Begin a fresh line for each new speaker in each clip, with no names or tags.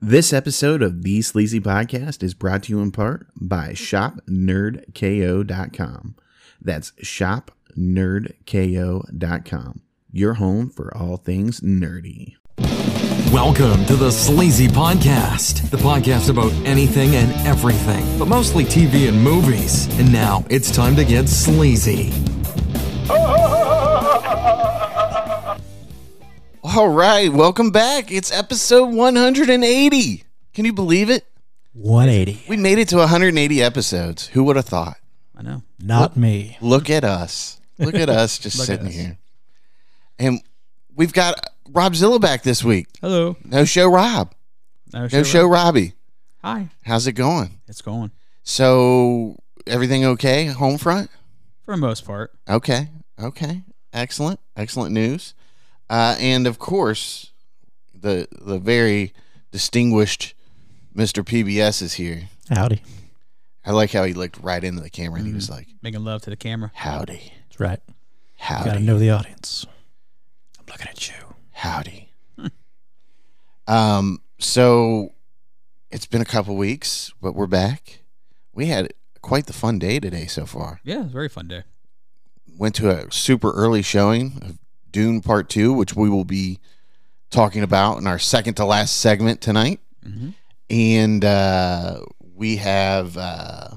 This episode of the Sleazy Podcast is brought to you in part by ShopNerdKO.com. That's ShopNerdKO.com, your home for all things nerdy.
Welcome to the Sleazy Podcast, the podcast about anything and everything, but mostly TV and movies. And now it's time to get sleazy.
All right, welcome back. It's episode 180. Can you believe it?
180.
We made it to 180 episodes. Who would have thought?
I know.
Not me.
Look at us. Look at us just
Look at
sitting
us.
here. And we've got Rob Zilla back this week.
Hello.
No show, Rob. No show, Robbie.
Hi.
How's it going?
It's going
So everything okay? Home front?
for the most part.
Okay. Okay. Excellent. Excellent news. Uh, and of course, the the very distinguished Mr. PBS is here.
Howdy.
I like how he looked right into the camera and he was like,
Making love to the camera.
"Howdy,
That's right. Got to
howdy,
know the audience. I'm looking at you.
howdy." um. So it's been a couple weeks, but we're back. We had quite the fun day today so far.
Yeah, it's a very fun day.
went to a super early showing of Dune Part Two, which we will be talking about in our second to last segment tonight.
Mhm.
And uh, we have uh,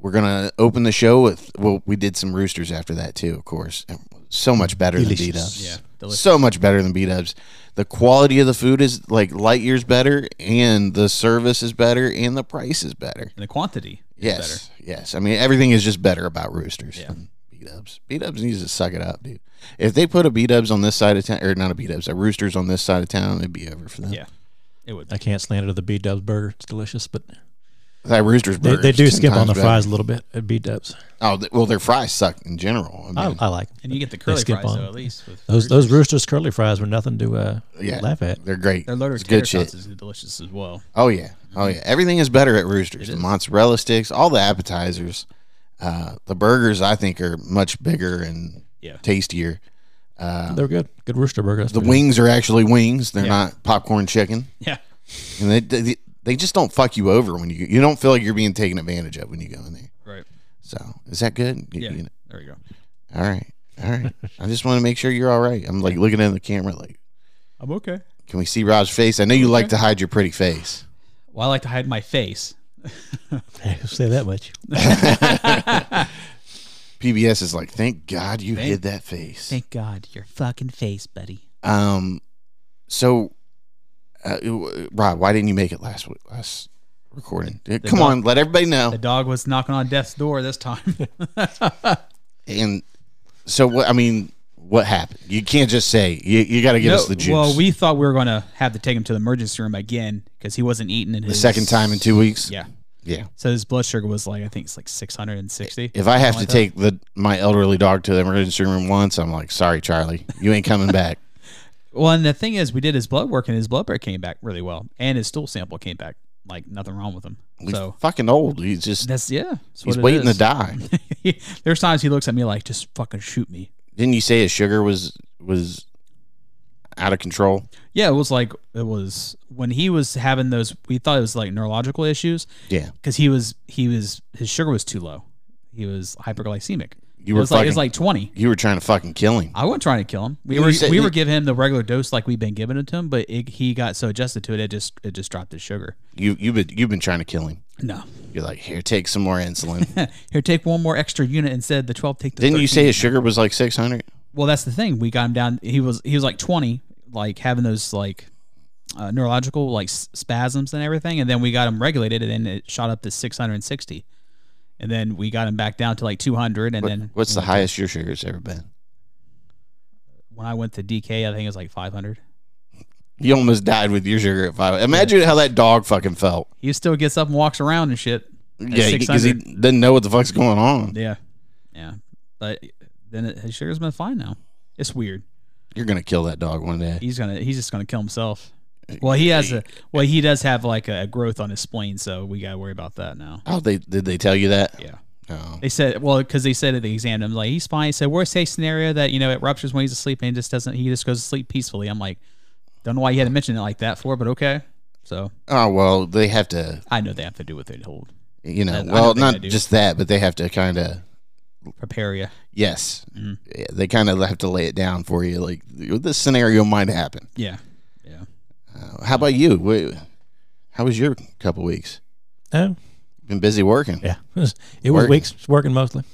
we're gonna open the show with well, we did some roosters after that too, of course. And so much better
Delicious.
than beat ups.
Yeah, delicious.
So much better than beat ups. The quality of the food is like light years better, and the service is better, and the price is better.
And the quantity is better.
Yes, yes. I mean, everything is just better about Roosters.
Yeah.
than B Dubs. B Dubs needs to suck it up, dude. If they put a B Dubs on this side of town, or not a B Dubs, a Roosters on this side of town, it'd be over for them.
Yeah. It would.
I can't slant it at the B Dubs burger. It's delicious, but
that Roosters.
they,
burger
they
is
do
10
skip on
times
the
better.
fries a little bit at B Dubs.
Oh, th- well, their fries suck in general. I
I,
mean,
Oh, I like
And you get the
They
curly
skip
fries,
on-
though, at least. With
those. Those Roosters curly fries were nothing to uh,
Yeah.
laugh at.
they're great.
Their loaded
It's
tater
good
tots
shit.
is delicious as well.
Oh yeah, oh yeah. Everything is better at Roosters.
It
The
is.
mozzarella sticks, all the appetizers, uh, the burgers. I think are much bigger and
Yeah. Mm-hmm.
tastier. Uh,
They're good. Good Rooster burger. that's
the
for sure.
wings are actually wings. They're
Yeah.
not popcorn chicken.
Yeah.
and they, they they just don't fuck you over when you you don't feel like you're being taken advantage of when you go in there.
Right.
So is that good? You-
Yeah.
you know-
There we go.
all right, all right. I just want to make sure you're all right. I'm like looking at the camera, like,
I'm okay.
can we see Rob's face? I know you like to hide your pretty face.
Well, I like to hide my face.
Say that much.
PBS is like, thank God you
Thank-
hid that face.
Thank God. Your fucking face, buddy.
um, so, uh, w- Rob, why didn't you make it last w- last recording? Come
dog-
on, let everybody know.
The dog was knocking on death's door this time.
and so, what I mean, what happened? You can't just say you, you got to give
No,
us the juice.
Well, we thought we were going to have to take him to the emergency room again because he wasn't eating in
the second time in two weeks.
Yeah.
yeah.
So his blood sugar was like I think it's like 660.
If I have to
Something like
take the my elderly dog to the emergency room once, I'm like, sorry, Charlie, you ain't coming back.
Well, and the thing is, we did his blood work and his blood work came back really well, and his stool sample came back like nothing wrong with him.
He's
so
fucking old. He's
Oh.
just
that's yeah. that's
he's
what it
waiting
is.
to die.
There's times he looks at me like, just fucking shoot me.
Didn't you say his sugar was was out of control?
Yeah, it was like it was when he was having those. We thought it was like neurological issues
Yeah,
because he was he was his sugar was too low. He was hyperglycemic. it
you were
was like it
fucking.
was like 20.
you were trying to fucking kill him.
I wasn't trying to kill him. We
You
were
said-
we were giving him the regular dose like we've been giving it to him, but it, he got so adjusted to it, it just it just dropped his sugar.
You you've been you've been trying to kill him.
No,
You're like, here, take some more insulin.
Here, take one more extra unit instead. The twelve take the.
Didn't you
13.
say his sugar was like 600?
Well, that's the thing. We got him down. He was he was like twenty, like having those like uh, neurological like s- spasms and everything, and then we got him regulated, and then it shot up to six hundred and sixty, and then we got him back down to like two hundred, and then
What's the highest your sugar's ever been?
when I went to DK, I think it was like five hundred.
You almost died with your sugar at five. Imagine how that dog fucking felt.
He still gets up and walks around and shit. at
Yeah, because he
600.
didn't know what the fuck's going on.
yeah, yeah, but then it, his sugar's been fine now. It's weird.
You're gonna kill that dog one day.
he's gonna he's just gonna kill himself. Well, he has a well, he does have like a growth on his spleen, so we gotta worry about that now.
Oh, they did they tell you that? Oh.
Yeah,
No.
they said well because they said at the exam, I'm like he's fine. He said worst case scenario that you know it ruptures when he's asleep and he just doesn't he just goes to sleep peacefully. I'm like, don't know why you had to mention it like that for, but okay. So
Oh well, they have to,
I know they have to do what they told.
you know.
I don't
well,
think I
not
do.
just that, but they have to kind of
Prepare you.
yes,
Mhm.
Yeah, they kind of have to lay it down for you. Like this scenario might happen.
Yeah. Yeah.
Uh, how about you? Wait, how was your couple weeks?
Oh,
Been busy working.
yeah. It was, it was
Working.
weeks working mostly.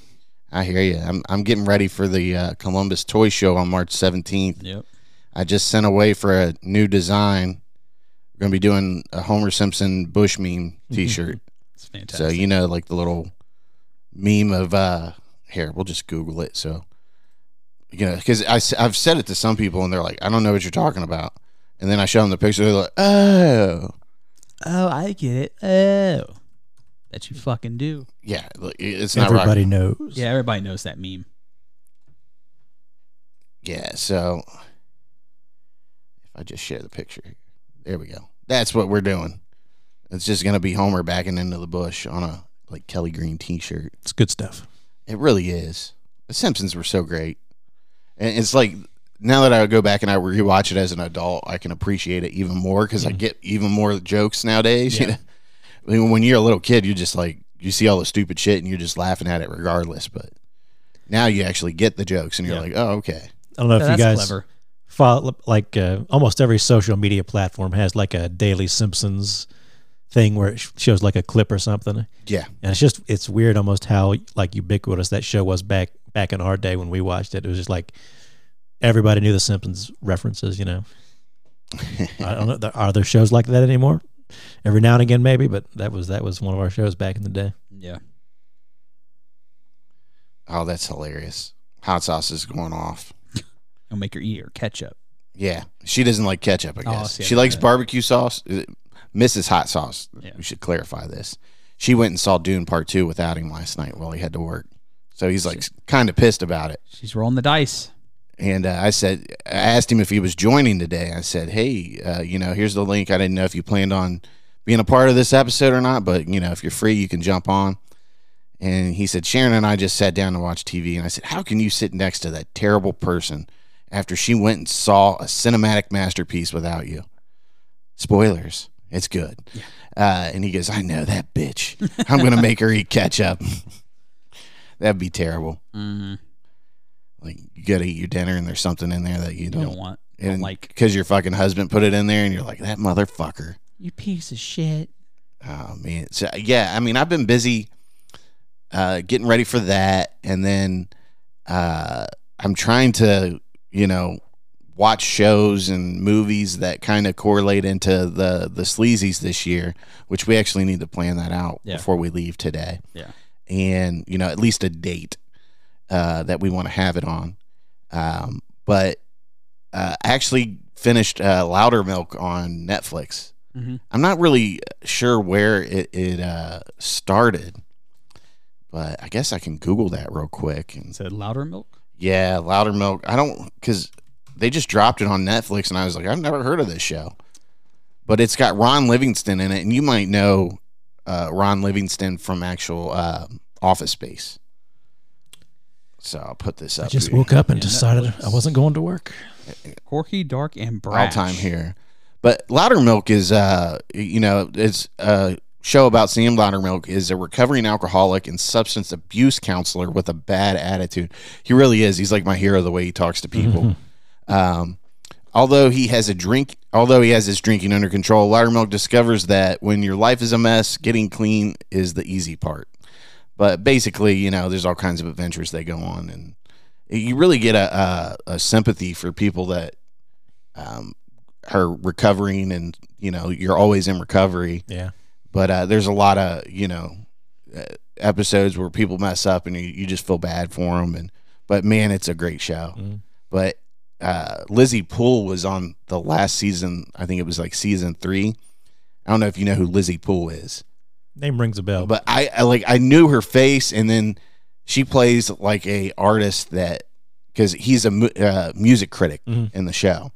I hear you. I'm I'm getting ready for the uh, Columbus Toy Show on March 17th.
Yep.
I just sent away for a new design. We're gonna be doing a Homer Simpson Bush meme T-shirt.
It's fantastic.
so you know, like the little meme of uh, here. We'll just Google it. So you know, because I have said it to some people and they're like, I don't know what you're talking about. And then I show them the picture. They're like, Oh,
oh, I get it. Oh, that you fucking do.
yeah. like, it- It's not rocket
Everybody knows.
Yeah, everybody knows that meme.
Yeah, so if I just share the picture, here. there we go. That's what we're doing. It's just gonna be Homer backing into the bush on a like Kelly Green T-shirt.
It's good stuff.
It really is. The Simpsons were so great, and it's like now that I go back and I rewatch it as an adult, I can appreciate it even more because I get even more jokes nowadays. You know, I mean, when you're a little kid, you just like you see all the stupid shit and you're just laughing at it regardless. But now you actually get the jokes and you're
Yeah.
like, oh okay.
I don't know if
that's
you guys
clever.
follow like uh, almost every social media platform has like a daily Simpsons thing where it sh- shows like a clip or something, and
Yeah,
it's just it's weird almost how like ubiquitous that show was back back in our day when we watched it. It was just like everybody knew the Simpsons references, you know. I don't know. there- Are there shows like that anymore? Every now and again, maybe, but that was that was one of our shows back in the day.
Yeah.
Oh, that's hilarious. Hot sauce is going off.
It'll make your eat your ketchup.
Yeah. She doesn't like ketchup, I guess.
see, Oh, I
she
didn't
likes
know that.
barbecue sauce. Is it- Mrs. Hot Sauce.
Yeah.
We should clarify this. She went and saw Dune Part 2 without him last night while he had to work. So he's like kind of pissed about it.
She's rolling the dice.
And uh, I said, I asked him if he was joining today. I said, hey, uh, you know, here's the link. I didn't know if you planned on being a part of this episode or not, but, you know, if you're free, you can jump on. And he said, Sharon and I just sat down to watch TV. And I said, how can you sit next to that terrible person after she went and saw a cinematic masterpiece without you? Spoilers. It's good. Uh, and he goes, I know that bitch. I'm going to make her eat ketchup. That'd be terrible.
Mm,
Like, you got to eat your dinner and there's something in there that you
you
don't,
don't want. you
and
Don't like
because your fucking husband put it in there, and you're like that motherfucker.
you piece of shit.
Oh man, so yeah. I mean, I've been busy uh, getting ready for that, and then uh, I'm trying to, you know, watch shows and movies that kind of correlate into the the sleazies this year, which we actually need to plan that out
Yeah.
before we leave today.
Yeah.
and you know, at least a date uh, that we want to have it on. Um, but uh, I actually finished uh, Louder Milk on Netflix.
Mhm.
I'm not really sure where it, it uh, started, but I guess I can Google that real quick. And
Said louder milk.
yeah, Louder Milk. I don't because they just dropped it on Netflix, and I was like, I've never heard of this show. But it's got Ron Livingston in it, and you might know uh, Ron Livingston from actual uh, Office Space. So I'll put this up.
I just
here.
woke up and
Yeah,
decided
Netflix.
I wasn't going to work.
Corky, dark, and
all
brash.
time here. But Loudermilk is, uh, you know, it's a show about Sam Loudermilk is a recovering alcoholic and substance abuse counselor with a bad attitude. He really is. He's like my hero the way he talks to people. Um, although he has a drink, although he has his drinking under control, Loudermilk discovers that when your life is a mess, getting clean is the easy part. But basically, you know, there's all kinds of adventures they go on, and you really get a, a, a sympathy for people that um, her recovering and you know you're always in recovery
Yeah,
but uh, there's a lot of you know uh, episodes where people mess up and you, you just feel bad for them and but man it's a great show
Mm.
but uh, lizzie poole was on the last season i think it was like season three i don't know if you know who lizzie poole is
name rings a bell.
but I, I like I knew her face, and then she plays like a artist that because he's a mu- uh, music critic
Mhm.
in the show,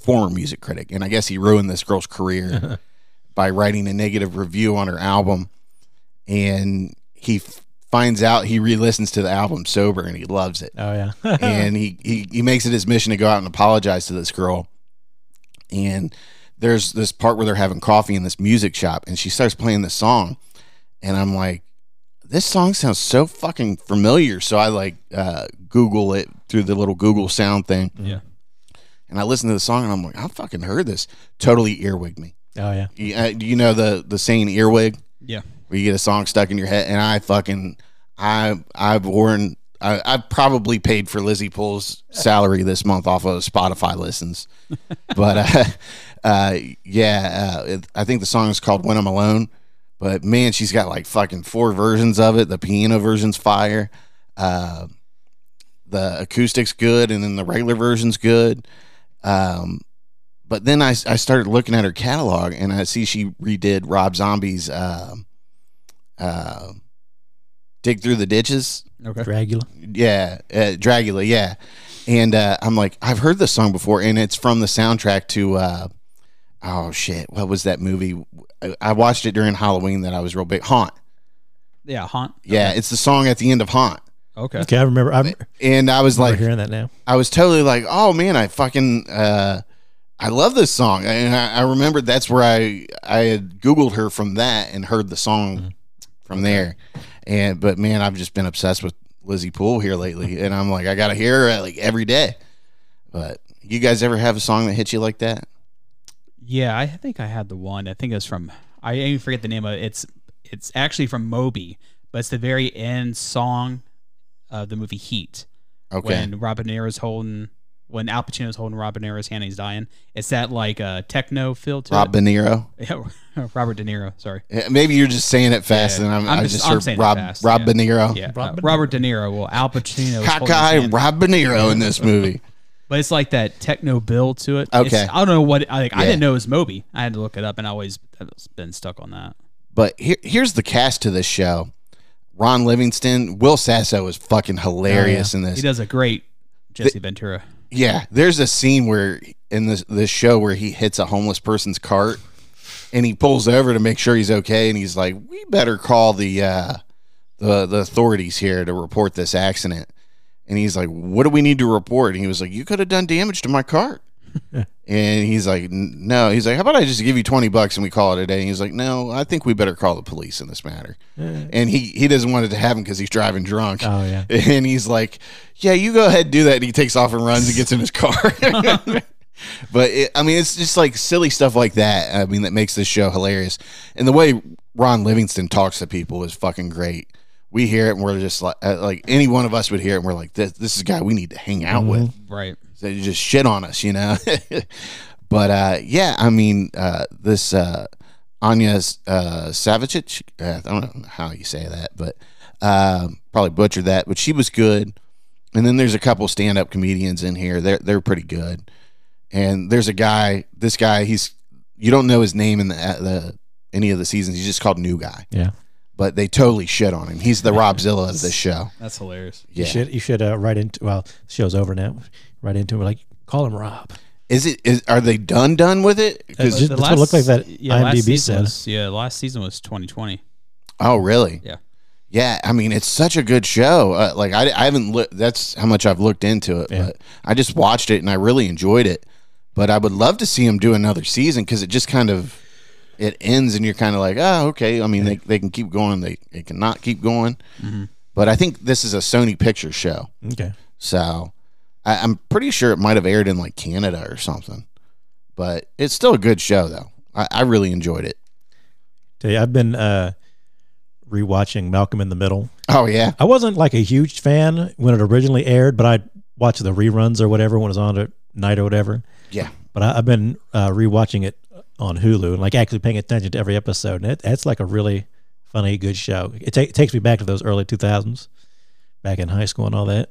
former music critic, and I guess he ruined this girl's career by writing a negative review on her album, and he f- finds out he re-listens to the album sober and he loves it
oh yeah,
and he, he he makes it his mission to go out and apologize to this girl. And there's this part where they're having coffee in this music shop and she starts playing this song and i'm like this song sounds so fucking familiar so i like uh, google it through the little google sound thing
Yeah.
and i listen to the song and i'm like i fucking heard this totally earwig me
Oh yeah.
you, uh, you know the the saying earwig
Yeah.
where you get a song stuck in your head and i fucking i i've worn I, I've probably paid for Lizzie Poole's salary this month off of Spotify listens, but uh, uh, yeah, uh, it, I think the song is called "When I'm Alone." But man, she's got like fucking four versions of it. The piano version's fire, uh, the acoustics good, and then the regular version's good. Um, but then I, I started looking at her catalog and I see she redid Rob Zombie's um uh, Dig Through the Ditches.
Okay.
Dragula.
Yeah, uh, Dragula, yeah. And uh, I'm like, I've heard this song before and it's from the soundtrack to, uh, oh shit, what was that movie? I, I watched it during Halloween that I was real big. Haunt.
Yeah. Haunt.
Yeah, it's the song at the end of Haunt.
Okay.
Okay, I remember. I'm
And I was like,
hearing that now.
I was totally like, oh man, I fucking uh, I love this song, and I, I remembered that's where I I had googled her from that and heard the song
Mm-hmm.
from there, and but man, I've just been obsessed with Lizzie Poole here lately, and I'm like, I gotta hear her like every day. But you guys ever have a song that hits you like that?
Yeah, I think I had the one. I think it was from I even forget the name of it. It's it's actually from Moby, but it's the very end song of the movie Heat.
Okay,
When Robin Nero's holding when Al Pacino's holding Robin Nero's hand and he's dying. It's that like uh techno feel to
Rob De Niro.
it. Yeah, Robert De Niro, sorry.
Eh, Maybe you're just saying it fast,
Yeah,
and I'm,
I'm
i
just-
just,
I'm
heard
saying it
Rob
fast,
Rob
yeah.
De Niro,
Yeah.
Robert
Oh, Robert,
De
Robert De Niro. Well, Al Pacino is holding his
cockeye
hand.
Rob De Niro in this movie.
But it's like that techno build to it. It's-
Okay.
I don't know what I like, I
Yeah.
didn't know it was Moby. I had to look it up and I always I've been stuck on that.
But here, here's the cast to this show: Ron Livingston, Will Sasso is fucking hilarious in
Oh, He
this.
does a great Jesse Ventura.
yeah, there's a scene where in this this show where he hits a homeless person's cart, and he pulls over to make sure he's okay, and he's like, "We better call the uh, the the authorities here to report this accident." And he's like, "What do we need to report?" And he was like, "You could have done damage to my cart." and he's like, "N- "No." He's like, "How about I just give you twenty bucks and we call it a day?" And he's like, "No, I think we better call the police in this matter." And he he doesn't want it to happen because he's driving drunk.
Oh, yeah.
And he's like, "Yeah, you go ahead and do that." And he takes off and runs and gets in his car. But it, I mean, it's just like silly stuff like that. I mean, that makes this show hilarious. And the way Ron Livingston talks to people is fucking great. We hear it and we're just like, uh, like any one of us would hear it and we're like, this, this is a guy we need to hang
Mm-hmm.
out with.
Right.
So you just shit on us, you know? but uh, yeah, I mean, uh, this uh, Anya uh, Savicic, uh, I don't know how you say that, but um probably butchered that, but she was good. And then there's a couple stand up comedians in here. They're, they're pretty good. And there's a guy, this guy, he's, you don't know his name in the, uh, the any of the seasons. He's just called New Guy,
Yeah.
but they totally shit on him. He's the Robzilla of this show.
That's hilarious.
Yeah.
You should you should uh, write into well, the show's over now. Write into it like call him Rob.
Is it, is, are they done, done with it? 'Cause-
That's just- that's what it looked like that
last
IMDb
season
said.
was- yeah, last season was 2020.
Oh, really?
Yeah.
Yeah, I mean it's such a good show. Uh, like I, I haven't looked. That's how much I've looked into it. But I just watched it and I really enjoyed it. But I would love to see him do another season because it just kind of it ends and you're kind of like, oh, okay. I mean, they, they can keep going. They they cannot keep going. But I think this is a Sony Pictures show,
Okay.
so I, I'm pretty sure it might have aired in like Canada or something. But it's still a good show though. I, I really enjoyed it.
Tell you, I've been uh rewatching Malcolm in the Middle.
Oh yeah,
I wasn't like a huge fan when it originally aired, but I watched the reruns or whatever when it was on at night or whatever.
yeah.
But I, I've been uh, rewatching it on Hulu and like actually paying attention to every episode, and it, it's like a really funny, good show. It, ta- takes me back to those early two thousands, back in high school and all that.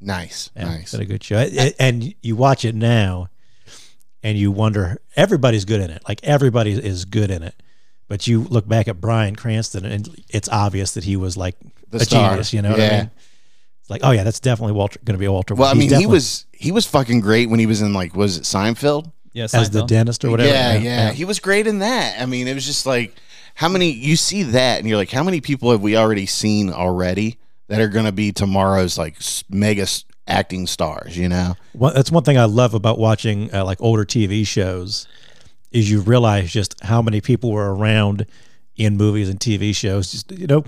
Nice,
Yeah,
nice.
it's been a good show. A- and you watch it now, and you wonder everybody's good in it. Like everybody is good in it. But you look back at Brian Cranston, and it's obvious that he was like
The
a
star.
genius. You know what I
Yeah.
mean? It's like, oh yeah, that's definitely Walter. Going to be Walter.
Well, I
He's
mean, he
definitely-
was he was fucking great when he was in like was it Seinfeld?
Yes,
as the dentist or whatever.
Yeah, yeah, He was great in that. I mean, it was just like how many you see that and you're like, how many people have we already seen already that are going to be tomorrow's like s- mega s- acting stars? You know?
One, that's one thing I love about watching uh, like older TV shows is you realize just how many people were around in movies and TV shows. Just you know,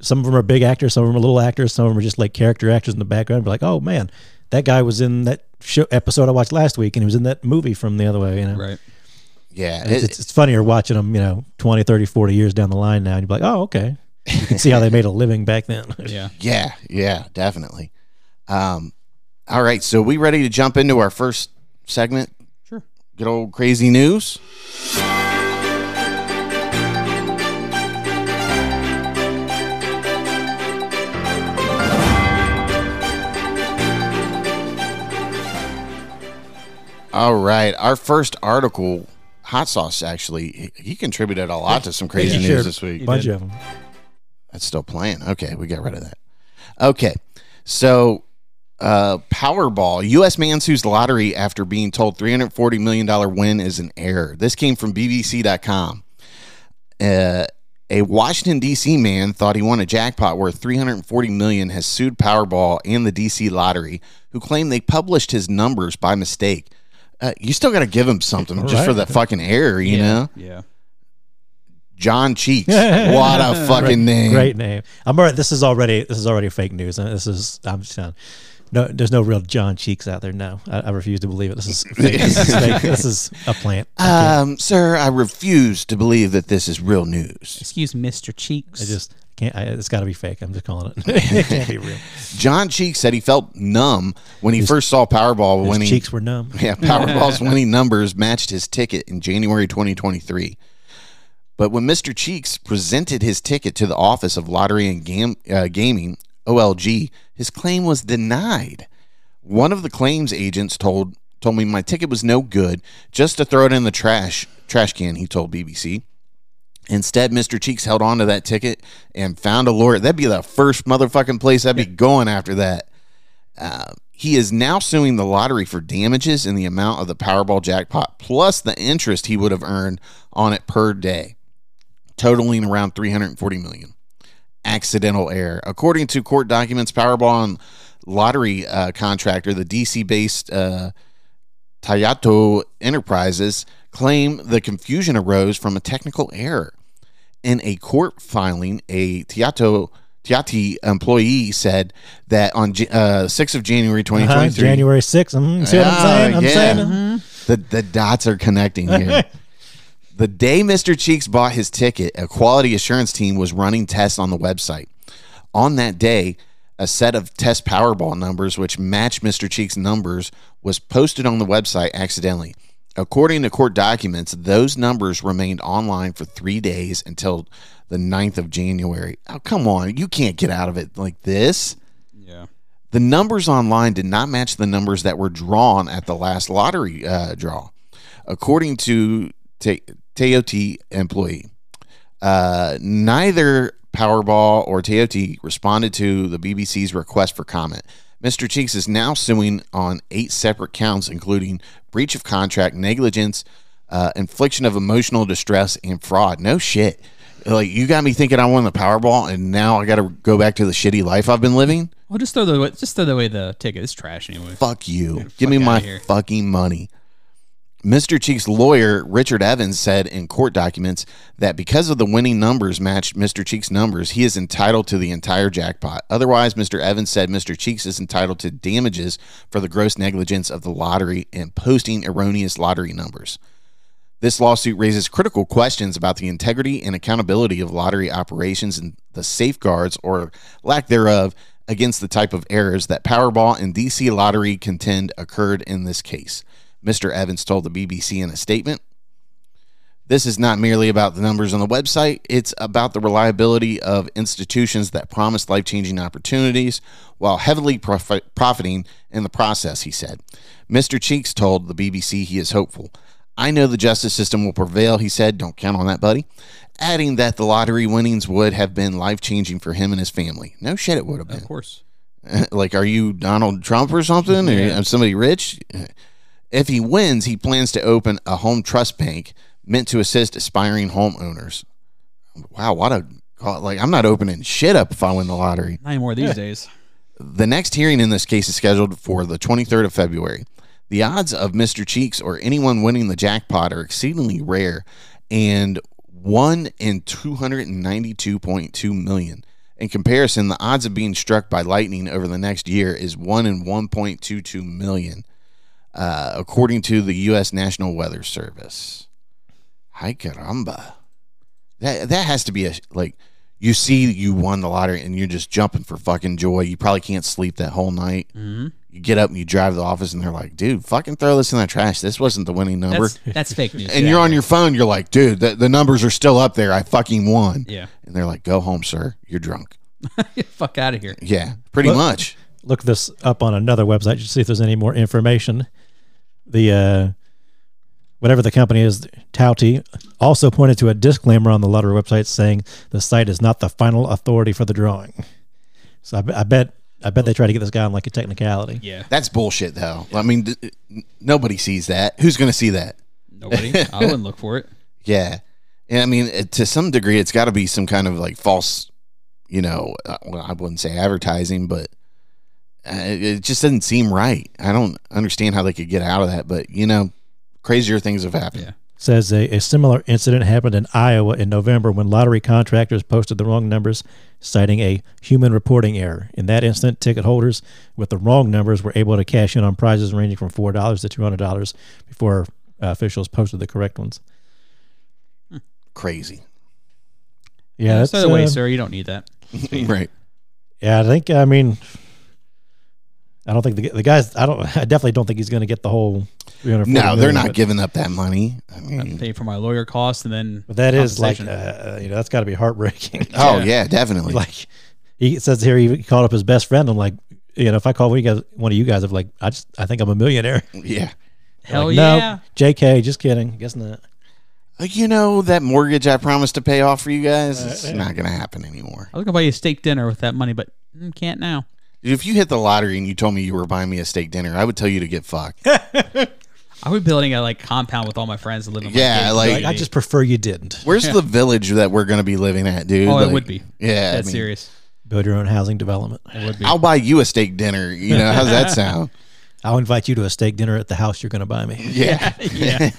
some of them are big actors, some of them are little actors, some of them are just like character actors in the background. Be like, oh man, that guy was in that show episode I watched last week, and he was in that movie from the other way. You know,
Right.
Yeah,
And It's,
it-
it's, it's funnier watching them, you know, 20, 30, 40 years down the line now, and you're like, oh, okay. You can see how they made a living back then.
Yeah.
yeah, yeah, definitely. Um, all right, so we ready to jump into our first segment?
Sure.
Good old crazy news. All right, our first article, hot sauce. Actually, he- he contributed a lot to some crazy
He
news
shared
this week.
A bunch of them.
That's still playing. Okay, we got rid of that. Okay, so uh, Powerball. U.S. man sues lottery after being told $340 million win is an error. This came from BBC.com. Uh, a Washington, D.C. man thought he won a jackpot worth $340 million has sued Powerball and the D.C. lottery, who claim they published his numbers by mistake. Uh, you still got to give him something just for
Right.
that fucking error, you know?
Yeah.
John Cheeks. what a fucking name.
Great name. I'm already. This is already. This is already fake news. and This is. I'm just. saying, No, there's no real John Cheeks out there. No, I, I refuse to believe it. This is. Fake. this, is fake. this is a plant.
Um, sir, I refuse to believe that this is real news.
Excuse Mr. Cheeks.
I just can't. I, it's got to be fake. I'm just calling it. it can't be real.
John Cheek said he felt numb when he first saw Powerball
His
winning.
cheeks were numb.
Yeah, Powerball's winning numbers matched his ticket in January 2023. But when Mr. Cheeks presented his ticket to the Office of Lottery and Gam- uh, Gaming, OLG, his claim was denied. One of the claims agents told told me my ticket was no good, just to throw it in the trash trash can, he told BBC. Instead, Mr. Cheeks held on to that ticket and found a lawyer. That'd be the first motherfucking place I'd be going after that. Uh, he is now suing the lottery for damages in the amount of the Powerball jackpot plus the interest he would have earned on it per day, totaling around 340 million. Accidental error, according to court documents, Powerball and lottery uh, contractor, the DC-based uh, Tayato Enterprises, claim the confusion arose from a technical error. In a court filing, a Teato Tiati employee said that on J- uh, 6th of January
Uh-huh,
2023,
January 6th. Mm, see what I'm
Ah,
saying? I'm
yeah.
saying.
the, the dots are connecting here. the day Mr. Cheeks bought his ticket, a quality assurance team was running tests on the website. On that day, a set of test Powerball numbers, which matched Mr. Cheek's numbers, was posted on the website accidentally. According to court documents, those numbers remained online for three days until the 9th of January. Oh, come on. You can't get out of it like this.
yeah.
The numbers online did not match the numbers that were drawn at the last lottery uh, draw, according to Te- TOT employee. Uh, neither Powerball or TOT responded to the BBC's request for comment. Mr. Cheeks is now suing on eight separate counts, including breach of contract, negligence, uh, infliction of emotional distress, and fraud. No shit. Like, you got me thinking I won the Powerball, and now I got to go back to the shitty life I've been living?
Well, just throw the just throw away the ticket. It's trash anyway.
fuck you. Give me
outta
my
here.
fucking money. Mr. Cheek's lawyer, Richard Evans, said in court documents that because of the winning numbers matched Mr. Cheek's numbers, he is entitled to the entire jackpot. Otherwise, Mr. Evans said Mr. Cheeks is entitled to damages for the gross negligence of the lottery and posting erroneous lottery numbers. This lawsuit raises critical questions about the integrity and accountability of lottery operations and the safeguards or lack thereof against the type of errors that Powerball and DC Lottery contend occurred in this case. Mr. Evans told the BBC in a statement This is not merely about the numbers on the website, it's about the reliability of institutions that promise life changing opportunities while heavily profi- profiting in the process, he said. Mr. Cheeks told the BBC he is hopeful. I know the justice system will prevail, he said. Don't count on that, buddy. Adding that the lottery winnings would have been life changing for him and his family. No shit, it would have been.
Of course.
like, are you Donald Trump or something? Or somebody rich? If he wins, he plans to open a home trust bank meant to assist aspiring homeowners. Wow, what a like! I'm not opening shit up if I win the lottery.
Not anymore these days.
The next hearing in this case is scheduled for the 23rd of February. The The odds of Mr. Cheeks or anyone winning the jackpot are exceedingly rare and 1 in 292.2 million. In comparison, the odds of being struck by lightning over the next year is 1 in 1.22 million, uh, according to the U.S. National Weather Service. Hi caramba. That, that has to be a, like, you see you won the lottery and you're just jumping for fucking joy. You probably can't sleep that whole night.
Mm-hmm.
You get up and you drive to the office and they're like, dude, fucking throw this in the trash. This wasn't the winning number.
That's, that's fake news.
and
Yeah.
you're on your phone. You're like, dude, the, the numbers are still up there. I fucking won.
yeah.
And they're like, go home, sir. You're drunk.
Fuck out of here.
Yeah, pretty
Well-
much.
look this up on another website to see if there's any more information. The uh, whatever the company is, Touty, also pointed to a disclaimer on the lottery website saying the site is not the final authority for the drawing. So I, be- I bet I bet they try to get this guy on like a technicality.
Yeah.
That's bullshit, though. I mean, th- n- nobody sees that. Who's going to see that?
Nobody. I wouldn't look for it.
Yeah. And I mean, it, to some degree, it's got to be some kind of like false, you know, uh, well, I wouldn't say advertising, but uh, it it just doesn't seem right. I don't understand how they could get out of that, but you know, crazier things have happened.
Yeah.
Says a, a similar incident happened in Iowa in November when lottery contractors posted the wrong numbers, citing a human reporting error. In that instant, ticket holders with the wrong numbers were able to cash in on prizes ranging from four dollars to two hundred dollars before uh, officials posted the correct ones.
Crazy.
Yeah,
That's
that's,
the other way,
uh,
sir. You don't need that.
right.
yeah. I think I mean, I don't think the, the guys. I don't. I definitely don't think he's going to get the whole. 340
No, they're
million,
not
but-
giving up that money. I
I
mean,
pay for my lawyer costs and then.
But that is like,
compensation.
uh, you know, that's got to be heartbreaking.
oh,
Yeah.
yeah, definitely.
like he says here he called up his best friend. I'm like, you know, if I call one of you guys, one of you guys, I'm like, I just I think I'm a millionaire.
yeah.
Hell
Like,
yeah.
JK, just kidding. Guess not.
Uh, You know, that mortgage I promised to pay off for you guys,
Uh,
it's not going to happen anymore.
I was gonna buy you a steak dinner with that money, but mm, can't now.
If you hit the lottery and you told me you were buying me a steak dinner, I would tell you to get fucked.
I would be building a like compound with all my friends that live in my
Yeah,
gig.
like-
Like, I just prefer you didn't
Where's the village that we're going to be living at, dude?
Oh, it
Like,
would be.
Yeah. I
that's
mean,
serious.
build your own housing development.
It would be.
I'll buy you a steak dinner. You know, how's that sound?
I'll invite you to a steak dinner at the house you're going to buy me.
Yeah.
yeah.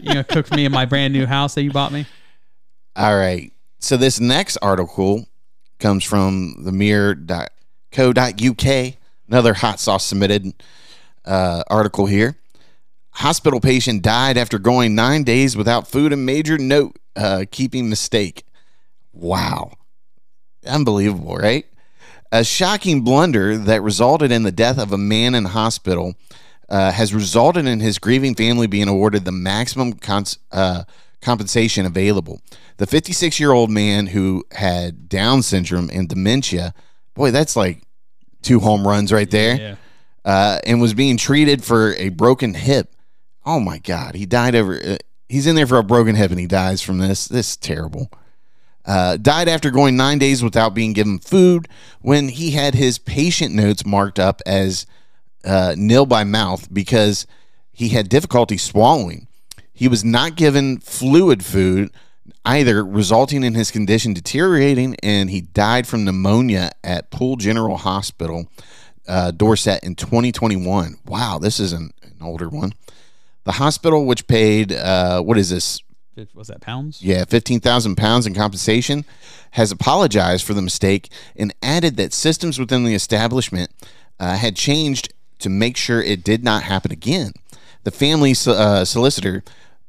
you gonna cook for me in my brand new house that you bought me?
All right. So this next article comes from the mirror.co.uk, another hot sauce submitted uh, article here. Hospital patient died after going nine days without food, a major note uh, keeping mistake. Wow. Unbelievable, right? A shocking blunder that resulted in the death of a man in hospital uh, has resulted in his grieving family being awarded the maximum cons- uh, compensation available. The 56 year old man who had Down syndrome and dementia, boy, that's like two home runs right there,
Yeah.
uh, and was being treated for a broken hip. Oh my God, he died over. Uh, he's in there for a broken hip and he dies from this. This is terrible uh, died after going nine days without being given food when he had his patient notes marked up as uh, nil by mouth because he had difficulty swallowing. He was not given fluid food either, resulting in his condition deteriorating, and he died from pneumonia at Poole General Hospital, uh, Dorset, in 2021. Wow, this is an, an older one. The hospital, which paid, uh, what is this,
Was that pounds?
yeah, 15,000 pounds in compensation, has apologized for the mistake and added that systems within the establishment uh, had changed to make sure it did not happen again. The family so- uh, solicitor,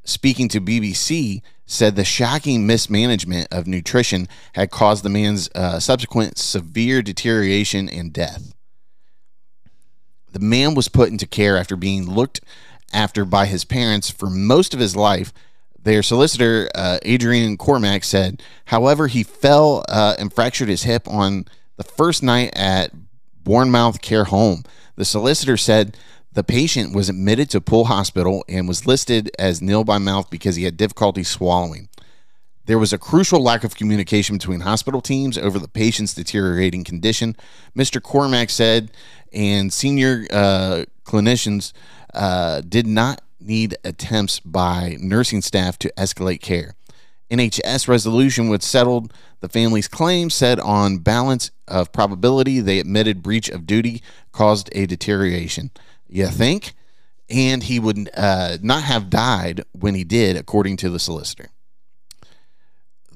speaking to BBC, said the shocking mismanagement of nutrition had caused the man's uh, subsequent severe deterioration and death. The man was put into care after being looked after by his parents for most of his life. Their solicitor, uh, Adrian Cormack, said, however, he fell uh, and fractured his hip on the first night at Bournemouth Care Home. The solicitor said the patient was admitted to Poole Hospital and was listed as nil by mouth because he had difficulty swallowing. There was a crucial lack of communication between hospital teams over the patient's deteriorating condition, Mr. Cormack said, and senior uh, clinicians uh, did not need attempts by nursing staff to escalate care. NHS resolution which settled the family's claim said on balance of probability they admitted breach of duty caused a deterioration. You think? and he would uh, not have died when he did, according to the solicitor.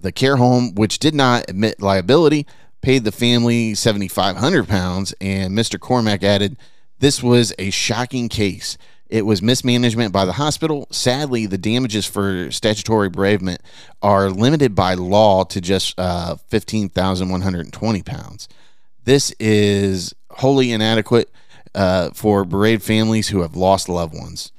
The care home, which did not admit liability, paid the family 7,500 pounds. And Mr. Cormack added, This was a shocking case. It was mismanagement by the hospital. Sadly, the damages for statutory bereavement are limited by law to just uh, 15,120 pounds. This is wholly inadequate uh, for bereaved families who have lost loved ones.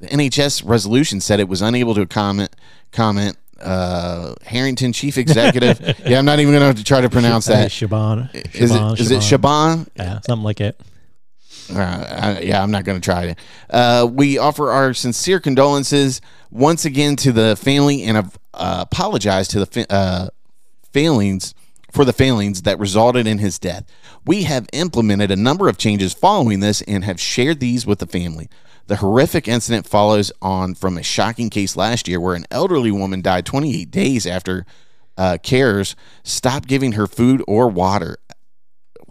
The NHS resolution said it was unable to comment. Comment. Uh, Harrington chief executive. yeah, I'm not even going to have to try to pronounce
Hey,
that.
Shaban.
Is it is it Shaban?
Yeah, something like it.
Uh, I, yeah, I'm not going to try it. Uh, we offer our sincere condolences once again to the family and uh, apologize to the fa- uh, failings for the failings that resulted in his death. We have implemented a number of changes following this and have shared these with the family. The horrific incident follows on from a shocking case last year where an elderly woman died 28 days after uh, carers stopped giving her food or water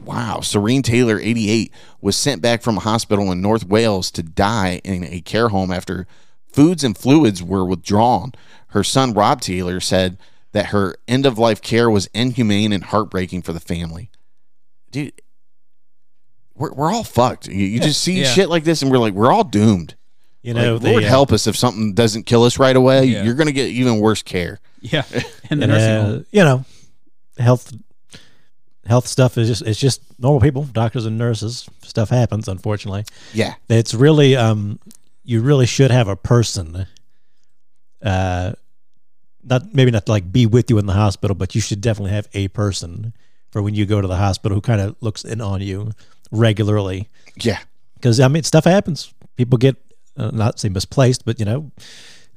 Wow. Serene Taylor, 88, was sent back from a hospital in North Wales to die in a care home after foods and fluids were withdrawn. Her son, Rob Taylor, said that her end of life care was inhumane and heartbreaking for the family. Dude, we're, we're all fucked. You, you just see
Yeah.
shit like this, and we're like, we're all doomed.
You
Like,
know, the,
Lord
uh,
help us if something doesn't kill us right away.
Yeah.
You're going to get even worse care.
Yeah, and the
and,
nursing
uh,
home.
you know, health health stuff is just it's just normal people, doctors and nurses. Stuff happens, unfortunately.
Yeah.
It's really um, you really should have a person. Uh, not maybe not to, like be with you in the hospital, but you should definitely have a person for when you go to the hospital who kind of looks in on you regularly
Yeah.
because I mean stuff happens. People get uh, not say misplaced, but you know,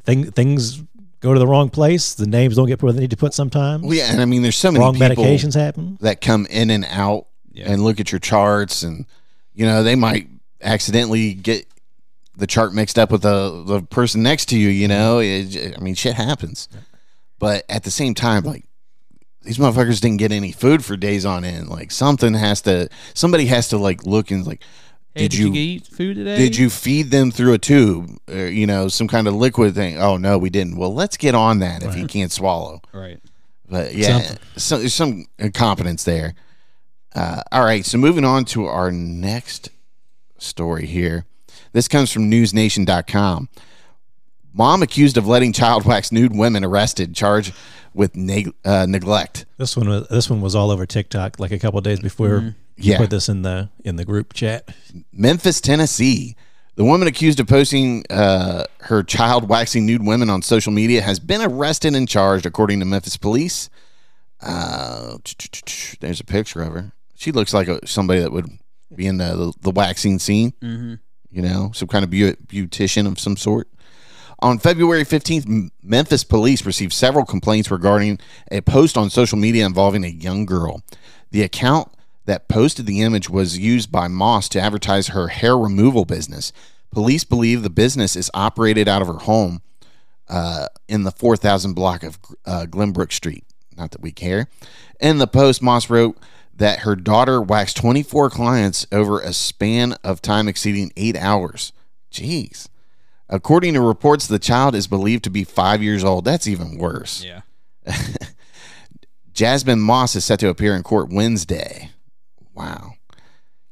thing things go to the wrong place. The names don't get where they need to put sometimes.
Well, yeah. And I mean, there's so many
wrong
people.
medications happen.
that come in and out
Yeah.
and look at your charts and you know they might accidentally get the chart mixed up with the the person next to you you
Mm-hmm.
know It- i mean shit happens but at the same time like these motherfuckers didn't get any food for days on end like something has to somebody has to like look and like
Hey, did, you, eat food today?
did you feed them through a tube or, you know some kind of liquid thing oh no we didn't well let's get on that if you can't swallow
Right.
but yeah,
Something.
so, there's some incompetence there. Uh, all right, so moving on to our next story here. This comes from NewsNation.com. Mom accused of letting child wax nude women arrested, charged with neg- uh, neglect.
This one was this one was all over TikTok like a couple of days before you
Mm-hmm. Yeah.
put this in the in the group chat.
Memphis, Tennessee. The woman accused of posting uh, her child waxing nude women on social media has been arrested and charged, according to Memphis police. Uh, there's a picture of her. She looks like a, somebody that would be in the, the waxing scene,
Mhm.
you know, some kind of beau- beautician of some sort. On February 15th, M- Memphis police received several complaints regarding a post on social media involving a young girl. The account that posted the image was used by Moss to advertise her hair removal business. Police believe the business is operated out of her home uh, in the 4000 block of uh, Glenbrook Street. Not that we care. In the post, Moss wrote that her daughter waxed 24 clients over a span of time exceeding eight hours. Jeez. According to reports, the child is believed to be five years old. That's even worse.
Yeah.
Jasmine Moss is set to appear in court Wednesday. Wow.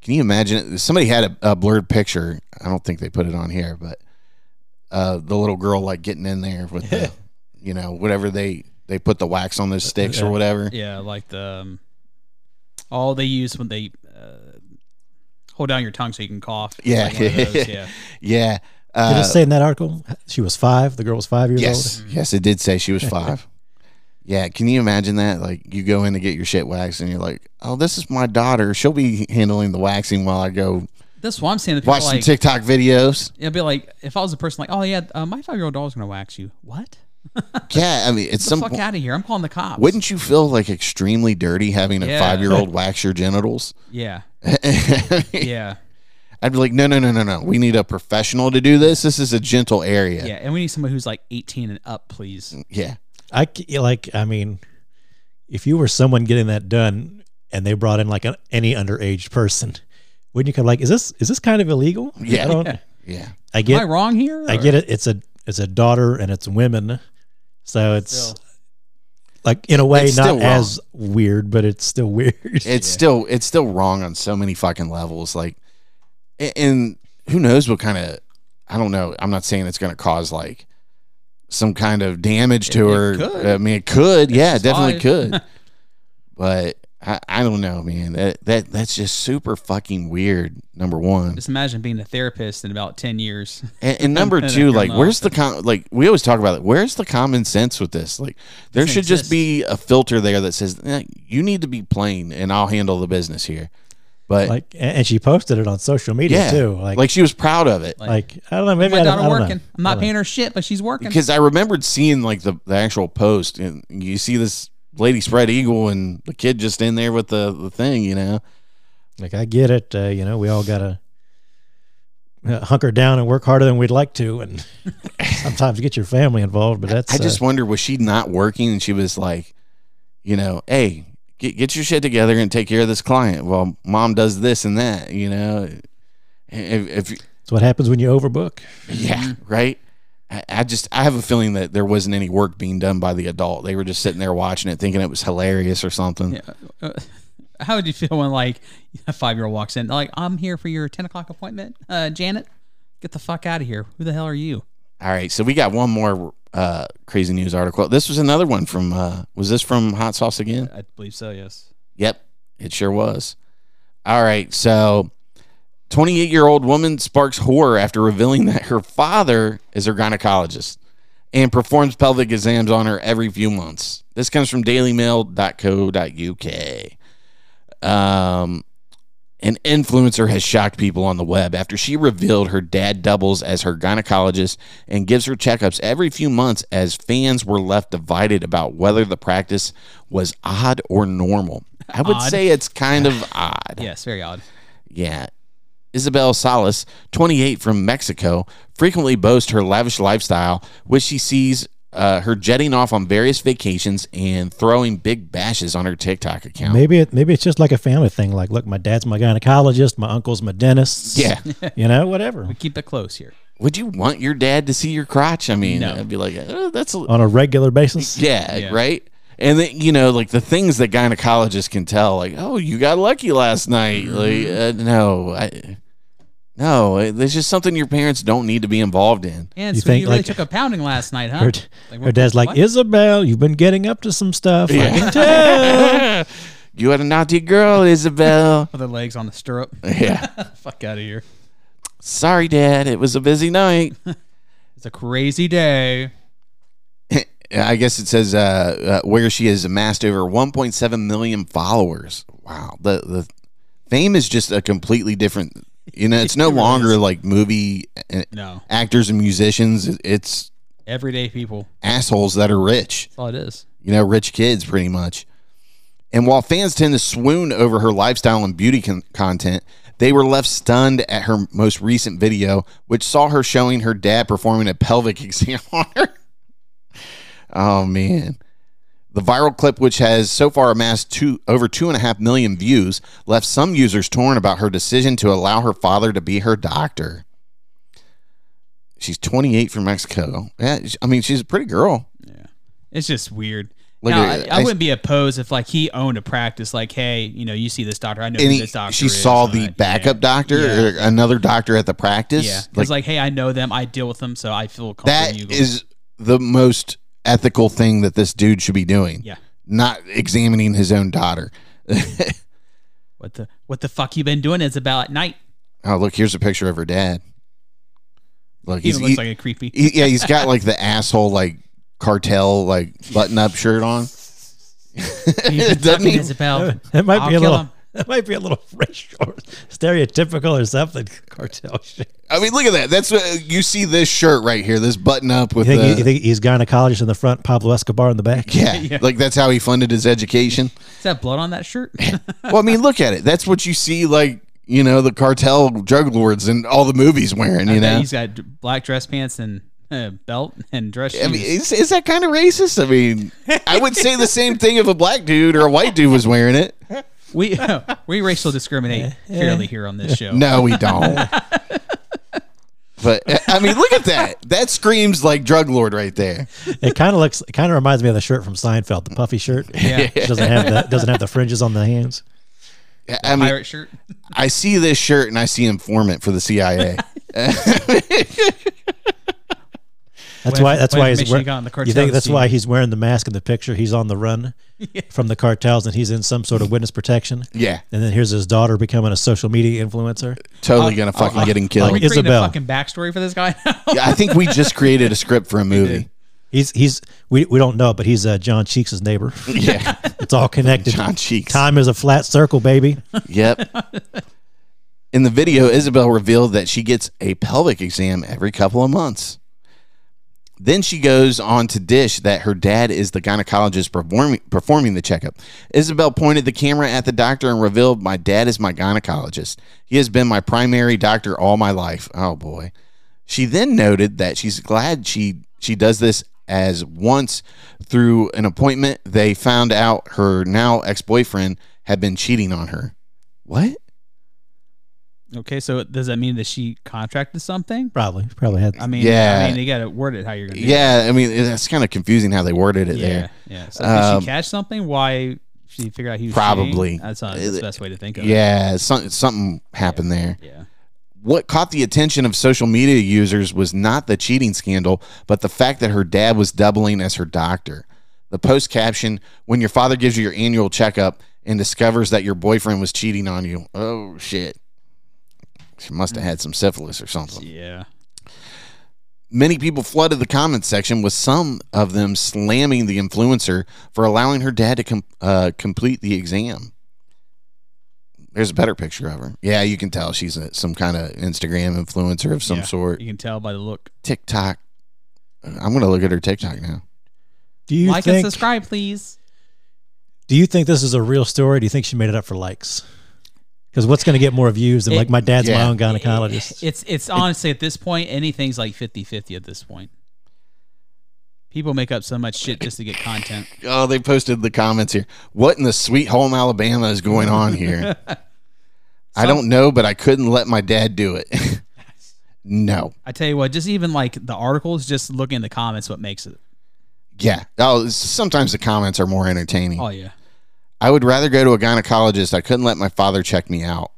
Can you imagine? Somebody had a, a blurred picture. I don't think they put it on here, but uh, the little girl like getting in there with the, you know, whatever they they put the wax on those sticks or whatever.
Yeah, like the um, all they use when they uh, hold down your tongue so you can cough. It's
Yeah.
like one of those, yeah.
Yeah.
Did
Uh,
it say in that article she was five? The girl was five years
yes. Yes, it did say she was five. yeah. Can you imagine that? Like you go in to get your shit waxed and you're like, oh, this is my daughter. She'll be handling the waxing while I go
That's why I'm saying. The people
watch some
like,
TikTok videos.
it'd be like if I was a person like, oh yeah, uh, my five year old daughter's gonna wax you. What?
Yeah. I mean, it's
The
some
fuck
po-
out of here! I'm calling the cops.
Wouldn't you feel like extremely dirty having a
Yeah.
five year old wax your genitals?
Yeah.
I'd
Yeah.
be like, no, no, no, no, no. We need a professional to do this. This is a gentle area.
Yeah. And we need someone who's like 18 and up, please.
Yeah.
old. I c- like. I mean, if you were someone getting that done and they brought in like an, any underage person, wouldn't you kind of like is this is this kind of illegal?
Yeah.
I don't.
Yeah.
I
Am
get
I wrong here?
I get it. It's a it's a daughter and it's women, so it's
Still.
like in a way
It's still wrong.
not as weird, but it's still weird.
It's still it's still wrong on so many fucking levels. Like, a- and who knows what kind of I don't know. I'm not saying it's going to cause like some kind of damage to
It-
her.
it could.
I mean, it could. yeah, it
It's
definitely
life.
could. but I, I don't know, man. That that that's just super fucking weird. Number one.
Just imagine being a therapist in about ten years.
And, and number
And then
two,
you're
like,
not.
where's the com- like we always talk about it. Where's the common sense with this? Like, there
Doesn't
should just
exist.
be a filter there that says eh, you need to be plain, and I'll handle the business here. But
like, and and she posted it on social media
yeah,
too.
like,
Like,
she was proud of it
like, I don't know. Maybe
My
I don't, I
daughter
don't
working.
Know.
I'm
I
not
don't
paying her shit, but she's working.
because I remembered seeing like the, the actual post, and you see this lady spread eagle and the kid just in there with the the thing, you know.
know. Like I get it. Uh, you know, we all gotta uh, hunker down and work harder than we'd like to, and sometimes get your family involved. But that's
I just
uh,
wonder was she not working and she was like, you know, hey, get get your shit together and take care of this client. Well, mom does this and that, you know. If, if
it's what happens when you overbook.
yeah, right. I, I just I have a feeling that there wasn't any work being done by the adult. They were just sitting there watching it, thinking it was hilarious or something.
Yeah. Uh, How would you feel when like a five year old walks in like I'm here for your ten o'clock appointment, uh, Janet? Get the fuck out of here. Who the hell are you?
All right, so we got one more uh, crazy news article. This was another one from. Uh, was this from Hot Sauce again?
I believe so. Yes.
Yep, it sure was. All right, so 28 year old woman sparks horror after revealing that her father is her gynecologist and performs pelvic exams on her every few months. This comes from dailymail.co.uk. Um, an influencer has shocked people on the web after she revealed her dad doubles as her gynecologist and gives her checkups every few months as fans were left divided about whether the practice was odd or normal. I would
Odd.
say it's kind of odd.
Yes. Very odd.
Yeah. Isabel Salas, 28 from Mexico, frequently boasts her lavish lifestyle, which she sees uh, her jetting off on various vacations and throwing big bashes on her TikTok account.
Maybe it maybe it's just like a family thing. Like, look, my dad's my gynecologist, my uncle's my dentist.
Yeah.
you know, whatever.
We keep it close here.
Would you want your dad to see your crotch? I mean,
No.
I'd be like, oh, that's a,
On a regular basis,
yeah,
Yeah.
right? And then, you know, like the things that gynecologists can tell, like, oh, you got lucky last night.
Mm-hmm.
Like, uh, no, I, no, there's just something your parents don't need to be involved in.
And
You
so
think,
you really
like,
took a pounding last night, huh?
her,
Like,
her dad's like,
what?
Isabel, you've been getting up to some stuff. I
Yeah.
can tell.
You had a naughty girl, Isabel.
Other legs on the stirrup.
yeah.
fuck out of here.
Sorry, Dad. It was a busy night.
It's a crazy day.
I guess it says uh, uh, where she has amassed over 1.7 million followers. Wow. The the fame is just a completely different. You know, it's no longer like movie uh,
No.
actors and musicians. It- It's
Everyday people.
assholes that are rich.
That's all it is.
you know, rich kids pretty much. And while fans tend to swoon over her lifestyle and beauty con- content, they were left stunned at her most recent video, which saw her showing her dad performing a pelvic exam on her. Oh man. The viral clip, which has so far amassed two, over two and a half million views, left some users torn about her decision to allow her father to be her doctor. She's 28 from Mexico. Yeah, I mean, she's a pretty girl.
It's just weird.
Look
now,
at-
I, I,
I-
wouldn't be opposed if like he owned a practice. Like, hey, you know, you see this doctor. I know who
and he-
this doctor.
she
is,
saw
and
the
I-
backup doctor
Yeah.
or another doctor at the practice.
Yeah, it's
like,
like, hey, I know them. I deal with them, so I feel comfortable.
that
you going-
is the most ethical thing that this dude should be doing.
yeah.
Not examining his own daughter.
What the what the fuck you been doing? It's about at night.
Oh, look, here's a picture of her dad. Look,
He
he's
even looks
he-
like a creepy.
he- yeah, he's got like the asshole like cartel like button up shirt on.
He's
doesn't
fucking
he-
Isabel.
That might
I'll
be a
kill
little.
him.
That might be a little racial, or stereotypical, or something. Cartel shit.
I mean, look at that. That's what you see this shirt right here, this button up with
You think,
the
he, you think he's gynecologist in the front, Pablo Escobar in the back?
yeah, like that's how he funded his education.
Is that blood on that shirt?
well, I mean, look at it. That's what you see, like you know, the cartel drug lords and all the movies wearing. You know,
he's got d- black dress pants and uh, belt and dress shoes.
I mean, is, is that kind of racist? I mean, I would say the same thing if a black dude or a white dude was wearing it.
we we racial discriminate fairly here on this show.
No, we don't. But I mean, look at that. That screams like drug lord right there.
It kind of looks. It kind of reminds me of the shirt from Seinfeld, the puffy shirt.
Yeah.
It doesn't have the doesn't have the fringes on the hands.
I mean,
Pirate shirt.
I see this shirt and I see informant for the CIA.
That's
When-
why. That's
when
why he's.
Michigan
Wear,
got in the
you
cartel
think that's
scene.
why he's wearing the mask in the picture? He's on the run from the cartels, and he's in some sort of witness protection.
Yeah,
And then here's his daughter becoming a social media influencer.
totally gonna fucking get him
Are
killed.
we creating
Isabel.
a fucking backstory for this guy?
Yeah, I think we just created a script for a movie.
He's he's we, we don't know, but he's uh, John Cheeks' neighbor.
Yeah,
It's all connected.
John Cheeks.
Time is a flat circle, baby.
Yep. In the video, Isabel revealed that she gets a pelvic exam every couple of months. Then she goes on to dish that her dad is the gynecologist performing, performing the checkup. Isabel pointed the camera at the doctor and revealed, My dad is my gynecologist. He has been my primary doctor all my life. Oh, boy. She then noted that she's glad she she does this as once through an appointment they found out her now ex-boyfriend had been cheating on her. What?
okay, so does that mean that she contracted something?
Probably probably had.
I mean,
Yeah.
I mean, you got to word it how you're gonna. do it.
Yeah, I mean that's kind of confusing how they worded it
yeah,
there.
yeah. So did
Um,
she catch something? Why she figured out he was
Probably.
cheating? That's not that's the best way to think of it.
Yeah, some, something happened there.
Yeah.
What caught the attention of social media users was not the cheating scandal, but the fact that her dad was doubling as her doctor. The post caption, when your father gives you your annual checkup and discovers that your boyfriend was cheating on you. Oh, shit. She must have had some syphilis or something.
Yeah.
Many people flooded the comments section with some of them slamming the influencer for allowing her dad to com- uh, complete the exam. There's a better picture of her. Yeah, you can tell she's a, some kind of Instagram influencer of some
Yeah.
sort.
You can tell by the look.
TikTok. I'm gonna look at her TikTok now.
Do you
like
think?
and subscribe, please.
Do you think this is a real story? Do you think she made it up for likes? Because what's going to get more views than
It-
like my dad's my
Yeah.
own gynecologist?
It's it's honestly at this point anything's like 50-50 at this point. People make up so much shit just to get content.
Oh, they posted the comments here. What in the sweet home Alabama is going on here? I don't know, but I couldn't let my dad do it. no.
I tell you what, just even like the articles, just look in the comments what makes it.
Yeah. Oh, sometimes the comments are more entertaining.
Oh yeah.
I would rather go to a gynecologist. I couldn't let my father check me out.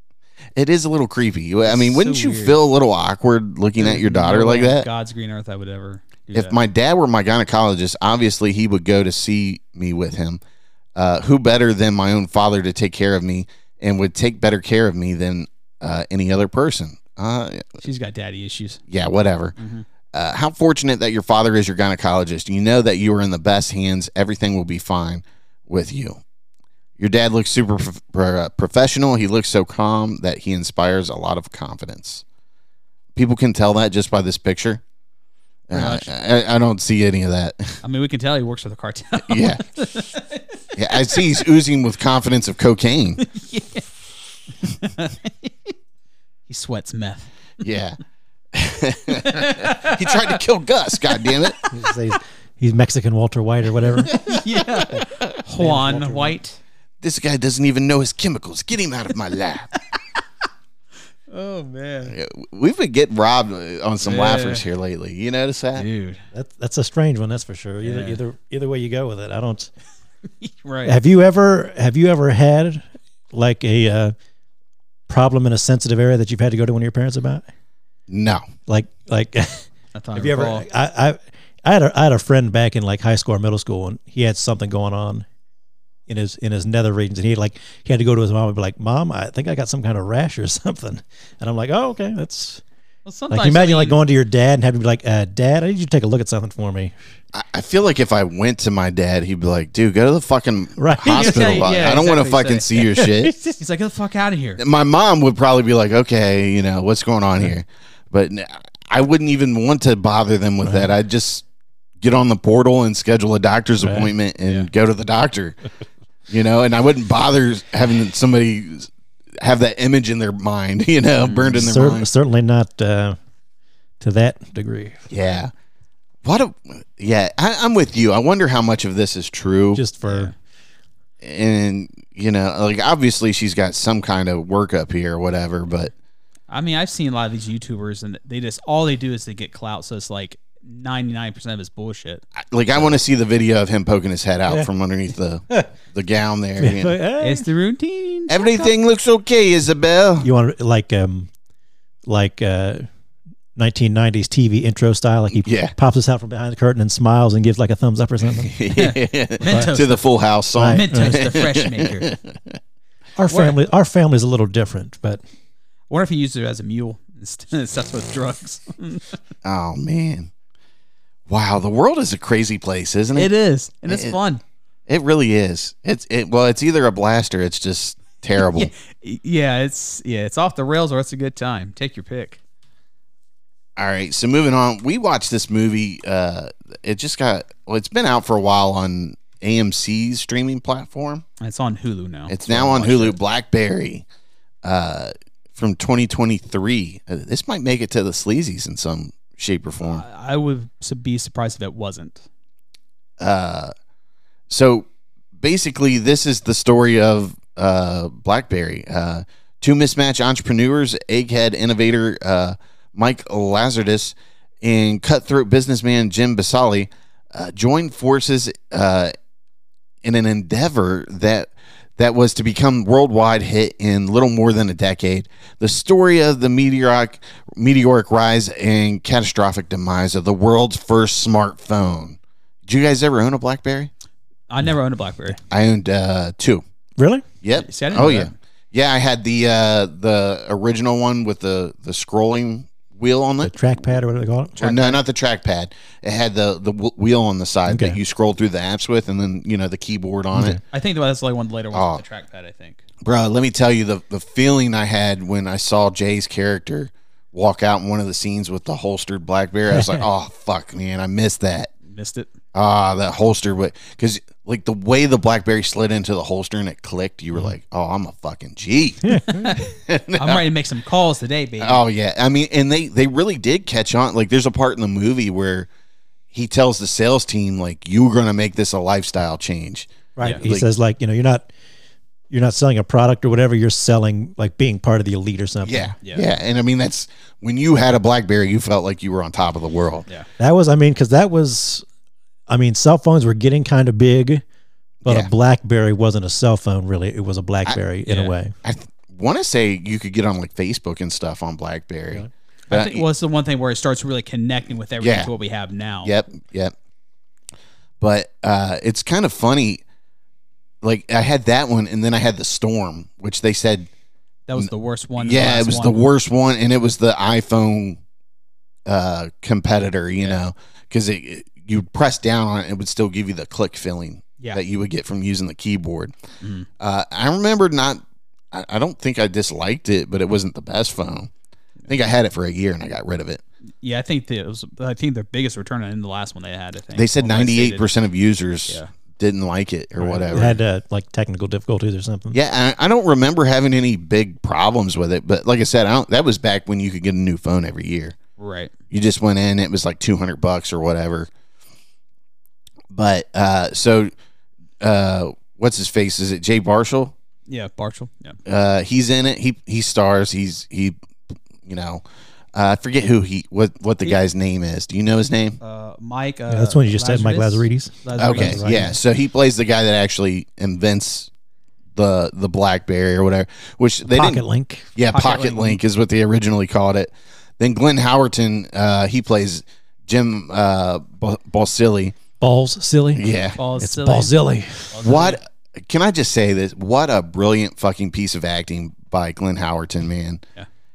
it is a little creepy. I mean,
so
wouldn't you
weird.
feel a little awkward looking at your daughter
No
like
way on
that?
God's green earth I would ever do
If
that.
my dad were my gynecologist, obviously he would go to see me with him. Uh, who better than my own father to take care of me and would take better care of me than uh, any other person? Uh,
She's got daddy issues.
yeah, whatever.
Mm-hmm.
Uh, how fortunate that your father is your gynecologist. You know that you are in the best hands. Everything will be fine with you. Your dad looks super prof- pro- uh, professional. He looks so calm that he inspires a lot of confidence. People can tell that just by this picture.
Pretty
Uh,
much.
I, I don't see any of that.
I mean, we can tell he works for the cartel.
yeah. yeah. I see he's oozing with confidence of cocaine.
he sweats meth.
Yeah. he tried to kill Gus, God damn it.
he's, he's Mexican Walter White or whatever.
yeah. Juan White.
This guy doesn't even know his chemicals. Get him out of my lab.
Oh man.
Yeah, We've been getting robbed uh, on some
Yeah.
laughers here lately. You notice that?
Dude.
That, that's a strange one, that's for sure. Either,
Yeah.
either either way you go with it, I don't.
Right.
Have you ever have you ever had like a uh, problem in a sensitive area that you've had to go to one of your parents about?
No.
Like like
That's not
have you ever?
recall.
I, I I had a I had a friend back in like high school or middle school, and he had something going on in his in his nether regions, and he like he had to go to his mom and be like, "Mom, I think I got some kind of rash or something," and I'm like, "Oh, okay, that's."
Well,
Like
sometimes
you imagine
I
like
mean,
going to your dad and having to be like, uh, "Dad, I need you to take a look at something for me."
I, I feel like if I went to my dad, he'd be like, dude, go to the fucking
Right.
hospital.
Yeah,
I-
yeah,
I don't want to
exactly.
fucking see your shit.
He's like, get the fuck out of here.
My mom would probably be like, okay, you know, what's going on here? But n- I wouldn't even want to bother them with that. I'd just get on the portal and schedule a doctor's appointment and go to the doctor, you know, and I wouldn't bother having somebody have that image in their mind, you know, burned in their
Cer-
mind.
certainly not uh, to that degree.
Yeah. What a yeah. I, I'm with you. I wonder how much of this is true.
Just for
and you know, like obviously she's got some kind of workup here or whatever, but
I mean, I've seen a lot of these YouTubers, and they just all they do is they get clout. So it's like ninety nine percent of it's bullshit.
I- Like I want to see the video of him poking his head out from underneath the the gown there. and,
Hey.
It's the routine.
Everything looks okay, Isabel.
You want to like um like uh 1990s TV intro style, like he
Yeah.
pops us out from behind the curtain and smiles and gives like a thumbs up or something.
to the Full House song.
Mentos, the fresh maker. I
Our family, our family's a little different, but
wonder if he used it as a mule instead of stuff with drugs.
Oh man, wow! The world is a crazy place, isn't it?
it is, and it's
It-
fun.
It really is. It's it. Well, it's either a blast or it's just terrible.
Yeah, it's yeah, it's off the rails or it's a good time. Take your pick.
All right, so moving on, we watched this movie. Uh, it just got. Well, it's been out for a while on AMC's streaming platform.
It's on Hulu now.
It's now on Hulu. Blackberry, uh, from 2023. Uh, This might make it to the sleazies in some shape or form.
I would su- be surprised if it wasn't.
uh, so basically, this is the story of uh, BlackBerry. Uh, two mismatched entrepreneurs, egghead innovator uh, Mike Lazardus and cutthroat businessman Jim Basali, uh, join forces uh, in an endeavor that that was to become worldwide hit in little more than a decade. The story of the meteoric meteoric rise and catastrophic demise of the world's first smartphone. Did you guys ever own a BlackBerry?
I never owned a BlackBerry.
I owned uh, two.
really,
Yep.
See, I didn't
oh
know
yeah,
that.
yeah. I had the uh, the original one with the the scrolling wheel on
the
it.
trackpad or whatever they call it.
Or no, not the trackpad. It had the the wh- wheel on the side that
Okay.
you scroll through the apps with, and then you know the keyboard on it.
I think that's the only one later one
Oh.
with the trackpad. I think.
Bro, let me tell you the the feeling I had when I saw Jay's character walk out in one of the scenes with the holstered BlackBerry. I was like, oh fuck, man, I missed that.
Missed it.
Ah, that holster, but because like the way the BlackBerry slid into the holster and it clicked, you were
Mm-hmm.
like, "Oh, I'm a fucking G."
I'm ready to make some calls today, baby.
Oh yeah, I mean, and they they really did catch on. Like, there's a part in the movie where he tells the sales team, "Like, you're gonna make this a lifestyle change."
Right.
Yeah.
He
Like-
says like, you know, you're not you're not selling a product or whatever, you're selling like being part of the elite or something.
Yeah, yeah,
Yeah.
And I mean, that's when you had a BlackBerry, you felt like you were on top of the world.
Yeah.
That was I mean cuz that was I mean cell phones were getting kind of big, but
Yeah.
a BlackBerry wasn't a cell phone really. It was a BlackBerry in
yeah.
a way.
I want to say you could get on like Facebook and stuff on BlackBerry. But
I think well, it's the one thing where it starts really connecting with everything
Yeah.
to what we have now.
Yep, yep. But uh, it's kind of funny. Like I had that one, and then I had the storm, which they said,
That was the worst one.
yeah, it
last
was
one.
the worst one, and it was the iPhone uh, competitor, you know, because it, it- you press down on it, it would still give you the click feeling
Yeah.
that you would get from using the keyboard.
Mhm.
Uh, I remember not. I, I don't think I disliked it, but it wasn't the best phone. I think I had it for a year and I got rid of it.
Yeah, I think the, it was. I think their biggest return in the last one they had. I think
They said
Or when
ninety
they did.
eight percent of users
Yeah.
didn't like it or whatever.
It had uh, like technical difficulties or something.
Yeah, I, I don't remember having any big problems with it, but like I said, I don't, that was back when you could get a new phone every year.
Right.
You just went in, it was like two hundred bucks or whatever. But uh, so, uh, what's his face? Is it Jay Barshall?
Yeah, Barchel. Yeah.
Uh, he's in it. He he stars. He's he, you know, uh, I forget who he what what the guy's name is. Do you know his name?
Uh, Mike. Uh,
Yeah, that's when you just said Mike Lazaridis.
Okay,
Lazaridis.
right.
yeah. So he plays the guy that actually invents the the BlackBerry or whatever, which they
Pocket
didn't
Link.
Yeah, Pocket,
Pocket
Link.
Link.
is what they originally called it. Then Glenn Howerton, uh, he plays Jim uh, Ba- Balsillie.
Balls silly.
Yeah.
Balls
It's
silly.
Balzilli.
What? Can I just say this? What a brilliant fucking piece of acting by Glenn Howerton, man.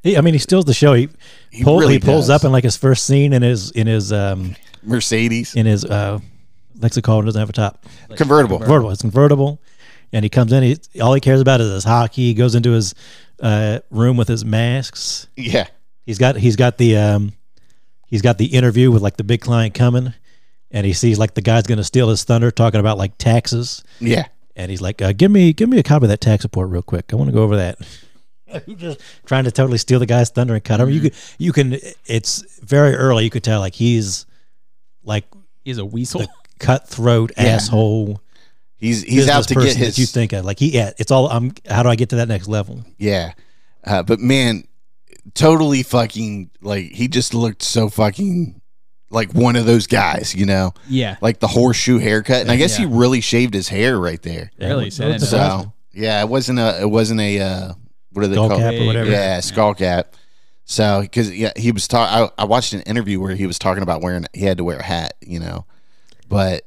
He, I mean, he steals the show. He,
He
pull,
really
he pulls
does.
up in like his first scene in his in his um
Mercedes
in his uh lexicon doesn't have a top
convertible.
convertible. It's convertible, and he comes in. He, all he cares about is his hockey. He goes into his uh room with his masks.
Yeah.
He's got he's got the um he's got the interview with like the big client coming, and he sees like the guy's going to steal his thunder talking about like taxes.
Yeah.
and he's like, uh, "Give me, give me a copy of that tax report real quick. I want to go over that." He just trying to totally steal the guy's thunder and cut him.
Mm-hmm.
You could, you can. It's very early. You could tell like he's like
He's a weasel.
the cutthroat asshole.
He's he's out
business
to get
person
his
that you think of. Like he, yeah, it's all. I'm. How do I get to that next level?
Yeah. Uh, but man, totally fucking like he just looked so fucking like one of those guys, you know,
Yeah.
like the horseshoe haircut. And I guess
Yeah.
he really shaved his hair right there.
Really?
Yeah,
So that
that's
is-
awesome.
So yeah, it wasn't a it wasn't a uh, what are they
Skull
called?
cap or whatever.
Yeah, skull cap. So because yeah, he was talking. I watched an interview where he was talking about wearing he had to wear a hat, you know, but.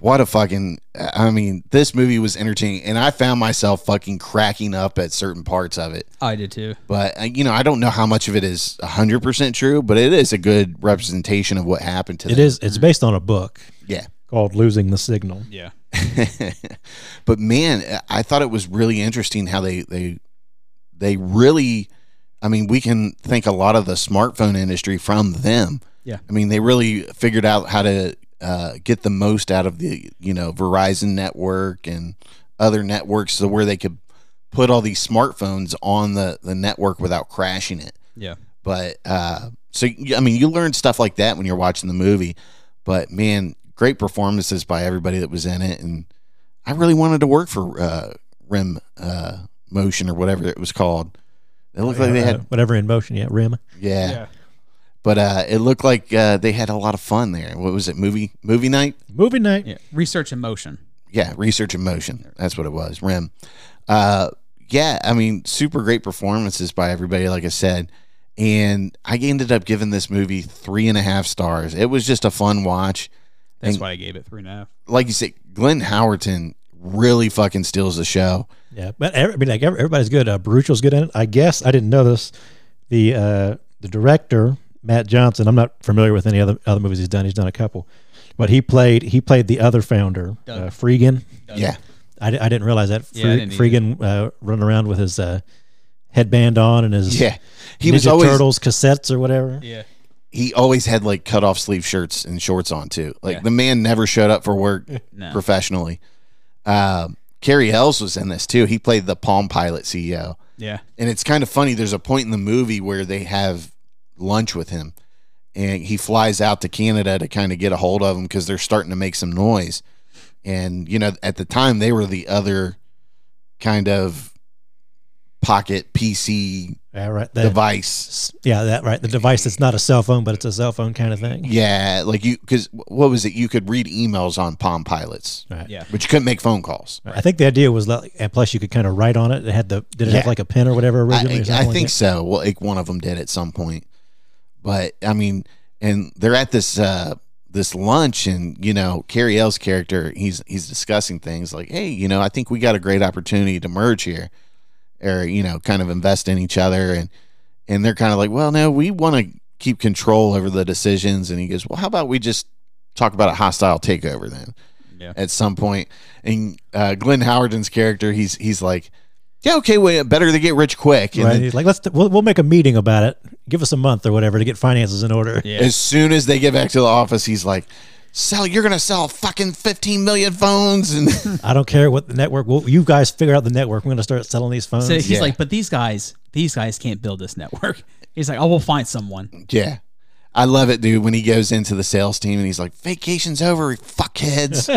What a fucking! I mean, this movie was entertaining, and I found myself fucking cracking up at certain parts of it.
I did too.
But uh, you know, I don't know how much of it is hundred percent true, but it is a good representation of what happened to
It
them.
is. It's based on a book
Mm-hmm. Yeah.
called "Losing the Signal."
Yeah.
but man, I thought it was really interesting how they they they really. I mean, we can thank a lot of the smartphone industry from them.
Yeah.
I mean, they really figured out how to uh, get the most out of the you know Verizon network and other networks, so where they could put all these smartphones on the the network without crashing it.
Yeah.
But uh, so y- I mean, you learn stuff like that when you're watching the movie. But man, great performances by everybody that was in it, and I really wanted to work for uh, Rim uh, Motion or whatever it was called. It looked like they
Uh,
had
whatever in motion. Yeah, Rim.
Oh, yeah, but uh, it looked like uh, they had a lot of fun there. What was it? Movie movie night?
Movie night.
Yeah. Research and motion.
Yeah, research and motion. That's what it was. Rim. Uh, yeah, I mean, super great performances by everybody. Like I said, and I ended up giving this movie three and a half stars. It was just a fun watch.
That's
And-
why I gave it three and a half.
Like you said, Glenn Howerton really fucking steals the show.
Yeah, but every, I mean, like every- everybody's good. Uh, Baruchel's good in it. I guess I didn't know this. The uh, the director Matt Johnson. I'm not familiar with any other other movies he's done. He's done a couple, but he played he played the other founder,
Doug.
uh, Freegan.
Yeah,
I, di- I didn't realize that Fre-
Yeah, I didn't either.
Freegan uh, running around with his uh, headband on and his
yeah. He
Ninja
was always
Turtles cassettes or whatever.
Yeah.
he always had like cut off sleeve shirts and shorts on too. Like
Yeah.
the man never showed up for work
No.
professionally. Um, Carrie Ells was in this too. He played the Palm Pilot E CEO.
Yeah.
And it's kind of funny. There's a point in the movie where they have lunch with him, and he flies out to Canada to kind of get a hold of them because they're starting to make some noise. And you know, at the time, they were the other kind of pocket PC
Yeah, right. The,
device.
yeah, that right. The device that's not a cell phone, but it's a cell phone kind of thing.
Yeah, like you because what was it? You could read emails on Palm Pilots,
Right.
Yeah.
but you couldn't make phone calls.
I think the idea was like, and plus you could kind of write on it. It had the did it have
Yeah.
like a pen or whatever
I,
originally? or
I
something like
think
that?
so. Well, like one of them did at some point, but I mean, and they're at this uh this lunch, and you know, Carrie L's character, he's he's discussing things like, hey, you know, I think we got a great opportunity to merge here, or you know, kind of invest in each other, and and they're kind of like, well, no, we want to keep control over the decisions, and he goes, well, how about we just talk about a hostile takeover then?
Yeah.
at some point. And uh, Glenn Howerton's character, he's he's like, yeah, okay, well, better to get rich quick. And
Right.
then
He's like let's we'll, we'll make a meeting about it. Give us a month or whatever to get finances in order.
Yeah.
as soon as they get back to the office, he's like, sell, you're gonna sell fucking fifteen million phones, and
I don't care what the network. Well, you guys figure out the network. We're going to start selling these phones.
So he's
Yeah.
like, but these guys, these guys can't build this network. He's like, I will find someone.
yeah. I love it, dude. When he goes into the sales team and he's like, "Vacation's over, fuckheads."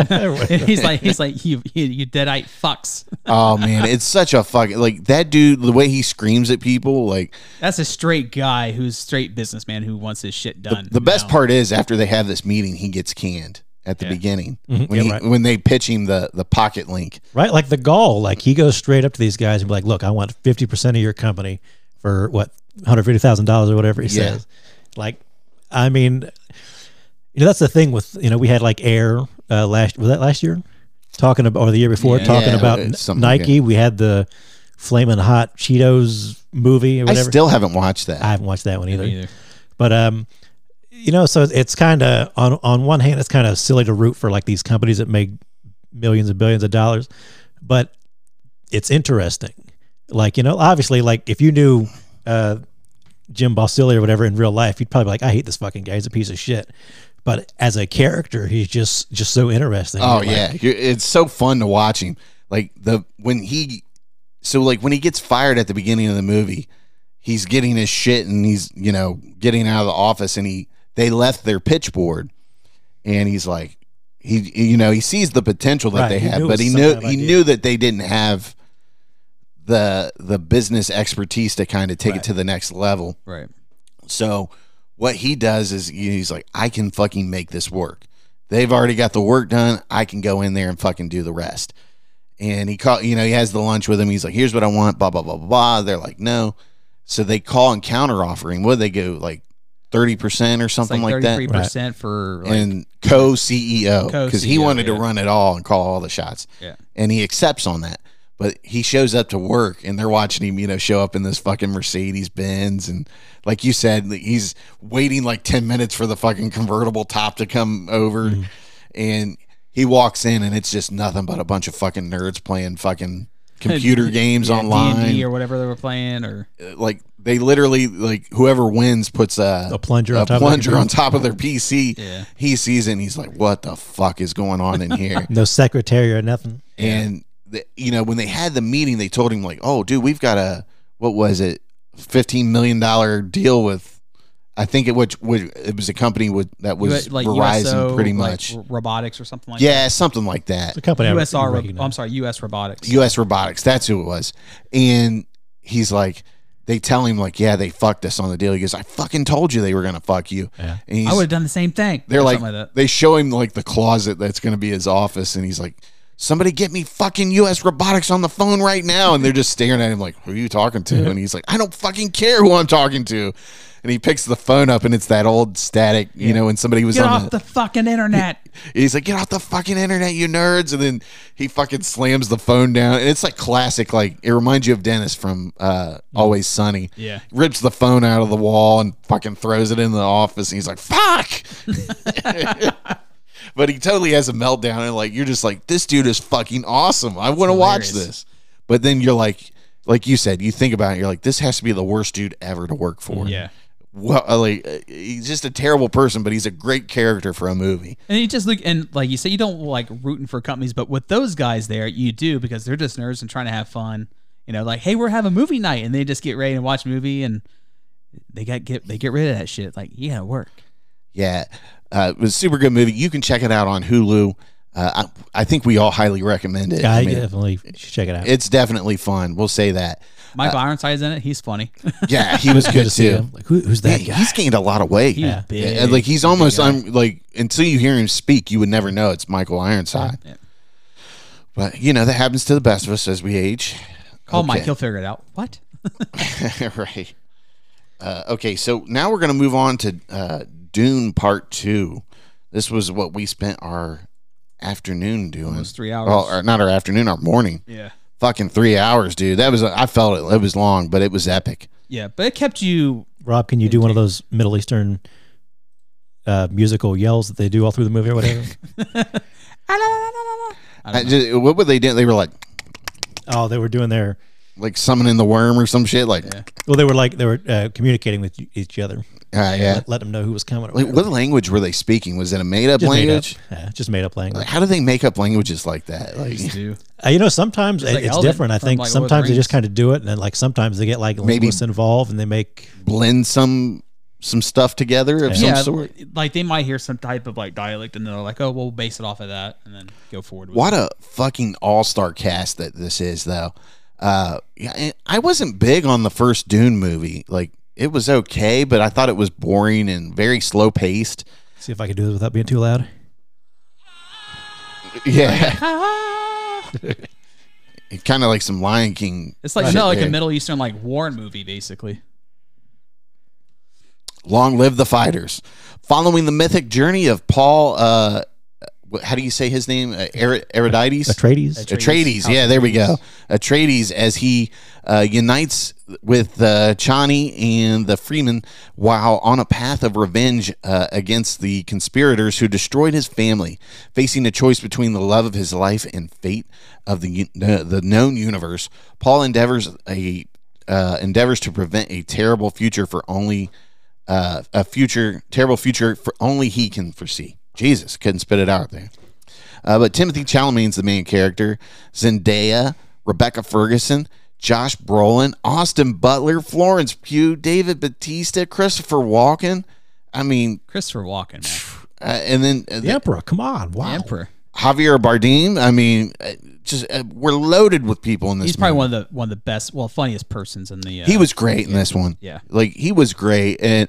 And he's like, he's like, you, you, you deadite fucks.
oh man, it's such a fucking like that dude. The way he screams at people, like
That's a straight guy who's straight businessman who wants his shit done.
The best
No.
part is after they have this meeting, he gets canned at the beginning when,
Mm-hmm. Yeah,
he,
right.
when they pitch him the the pocket link.
right? Like the gall. Like he goes straight up to these guys and be like, "Look, I want fifty percent of your company for what one hundred fifty thousand dollars or whatever he
Yeah.
says." Like, I mean, you know, that's the thing with you know we had like Air uh, last was that last year talking about or the year before
Yeah.
talking
Yeah,
about
it's
N-
something like
Nike. we had the flaming hot Cheetos movie or
I
whatever. I,
still haven't watched that.
haven't watched that one either.
Either.
But um, you know, so it's kind of on on one hand, it's kind of silly to root for like these companies that make millions and billions of dollars, but it's interesting. Like you know, obviously, like if you knew uh, Jim Balsillie or whatever in real life, you'd probably be like, I hate this fucking guy. He's a piece of shit. But as a character, he's just just so interesting.
Oh
Like,
yeah, You- it's so fun to watch him. Like the when he, so like when he gets fired at the beginning of the movie, he's getting his shit and he's you know getting out of the office and he they left their pitchboard, and he's like he you know he sees the potential that
Right,
they
he
have,
knew it
but
was
he
some
knew
kind of
he
idea.
knew that they didn't have the the business expertise to kind of take it to the next level.
Right.
So what he does is he's like, I can fucking make this work. They've already got the work done. I can go in there and fucking do the rest. And he call, you know, he has the lunch with him. He's like, here's what I want, blah, blah, blah, blah, blah. They're like, no. So they call and counter offering. What do they go? Like 30% or
It's like
something like,
thirty-three
that.
percent for like,
and co CEO. Because he
Co-CEO,
wanted to
yeah.
run it all and call all the shots
yeah.
and he accepts on that. But he shows up to work and they're watching him, you know, show up in this fucking Mercedes Benz. And like you said, he's waiting like 10 minutes for the fucking convertible top to come over.
Mm-hmm.
And he walks in and it's just nothing but a bunch of fucking nerds playing fucking computer games
Yeah,
online.
D&D or whatever they were playing or
like they literally, like whoever wins puts a,
A plunger
a
on top of
plunger
it.
on top of their PC.
Yeah.
He sees it and he's like, what the fuck is going on in here?
No secretary or nothing.
And the, you know, when they had the meeting, they told him like, "Oh, dude, we've got a what was it, fifteen million dollar deal with." I think it which, which it was a company with that was
U- like
Verizon,
USO,
pretty
like,
much.
r- robotics or something like
yeah, something like that.
It's a company
that.
I
USR.
recognize.
Ro- I'm sorry, US robotics.
U.S. Robotics, that's who it was. And he's like, they tell him like, "Yeah, they fucked us on the deal." He goes, "I fucking told you they were gonna fuck you."
Yeah.
And he's,
I would have done the same thing.
They're
or
like,
something that.
they show him like the closet that's going to be his office, and he's like, "Somebody get me fucking U.S. Robotics on the phone right now!" And they're just staring at him like, "Who are you talking to?" And he's like, "I don't fucking care who I'm talking to." And he picks the phone up, and it's that old static, you know, when somebody was
Get
on
off the fucking internet.
He's like, "Get off the fucking internet, you nerds!" And then he fucking slams the phone down, and it's like classic. Like it reminds you of Dennis from uh, Always Sunny.
Mm-hmm. Yeah.
rips the phone out of the wall and fucking throws it in the office, and he's like, "Fuck!" but he totally has a meltdown, and like you're just like, "This dude is fucking awesome. I want to watch
hilarious.
this." But then you're like, like you said, you think about it, you're like, "This has to be the worst dude ever to work for."
yeah.
well, like uh, he's just a terrible person, but he's a great character for a movie.
And you just look and like you say, you don't like rooting for companies, but with those guys there, you do because they're just nerds and trying to have fun. You know, like hey, we're having movie night, and they just get ready and watch a movie, and they got get they get rid of that shit. Like yeah, work.
Yeah, uh, it was a super good movie. You can check it out on Hulu. Uh, I, I think we all highly recommend it.
Yeah, I,
I mean,
definitely should check it out.
it's definitely fun. We'll say that.
Mike Ironside's in it. He's funny.
Yeah, he was good
see
too.
him. Like, who, who's
Yeah,
that guy?
he's gained a lot of weight.
He was big.
Yeah, like he's almost un, like until you hear him speak, you would never know it's Michael Ironside.
Yeah.
But you know that happens to the best of us as we age.
Call Oh, Mike.
Okay.
He'll figure it out. What?
right. Uh, okay, so now we're going to move on to uh, Dune Part Two. This was what we spent our afternoon doing.
Almost three hours.
Well, or not our afternoon, our morning.
Yeah.
Fucking three hours, dude. That was I felt it. It was long, but it was epic.
Yeah, but it kept you.
Rob, can you do one of those Middle Eastern uh, musical yells that they do all through the movie or whatever?
I
I just- what were they doing? They were like
oh, they were doing their.
like summoning the worm or some shit. Like, yeah,
Well, they were like they were uh, communicating with each other.
yeah.
Let, let them know who was coming. or
Like,
whatever.
what language were they speaking? Was it a made up
just made
language?
up. Yeah, just made up language.
Like, how do they make up languages like that? Like,
do.
Uh, you know, sometimes
Just like
it's
Elden
different. I
from,
think
like, Lord of the
sometimes they just
Rings.
kind of do it, and then like sometimes they get like
Maybe-
linguists involved, and they make
blend some some stuff together of
Yeah,
some sort.
like they might hear some type of like dialect, and they're like, "Oh, we'll base it off of that, and then go forward." With
What a fucking all star cast that this is, though. Uh, yeah, and I wasn't big on the first Dune movie. Like, it was okay, but I thought it was boring and very slow paced.
see if I can do this without being too loud.
Yeah. kind of like some Lion King.
It's like
shit
no, like
there.
a Middle Eastern like war movie, basically.
Long live the fighters. Following the mythic journey of Paul, uh, wh- how do you say his name? Uh, Eri- Eridites?
Atreides.
Atreides, yeah, there we go. Atreides, as he uh, unites with uh, Chani and the Freeman while on a path of revenge uh, against the conspirators who destroyed his family, facing a choice between the love of his life and fate of the u- uh, the known universe. Paul endeavors a uh, endeavors to prevent a terrible future for only uh, a future terrible future for only he can foresee. Jesus, couldn't spit it out there. Uh, but Timothy Chalamet's the main character. Zendaya, Rebecca Ferguson, Josh Brolin, Austin Butler, Florence Pugh, David Batista, Christopher Walken. I mean,
Christopher Walken, man.
uh, and then uh,
The Emperor. Come on, wow.
Emperor.
Javier Bardem. I mean, uh, just uh, we're loaded with people in this.
He's probably
movie.
one of the one of the best, well, funniest persons in the. Uh,
he was great in this one.
Yeah.
Like he was great, and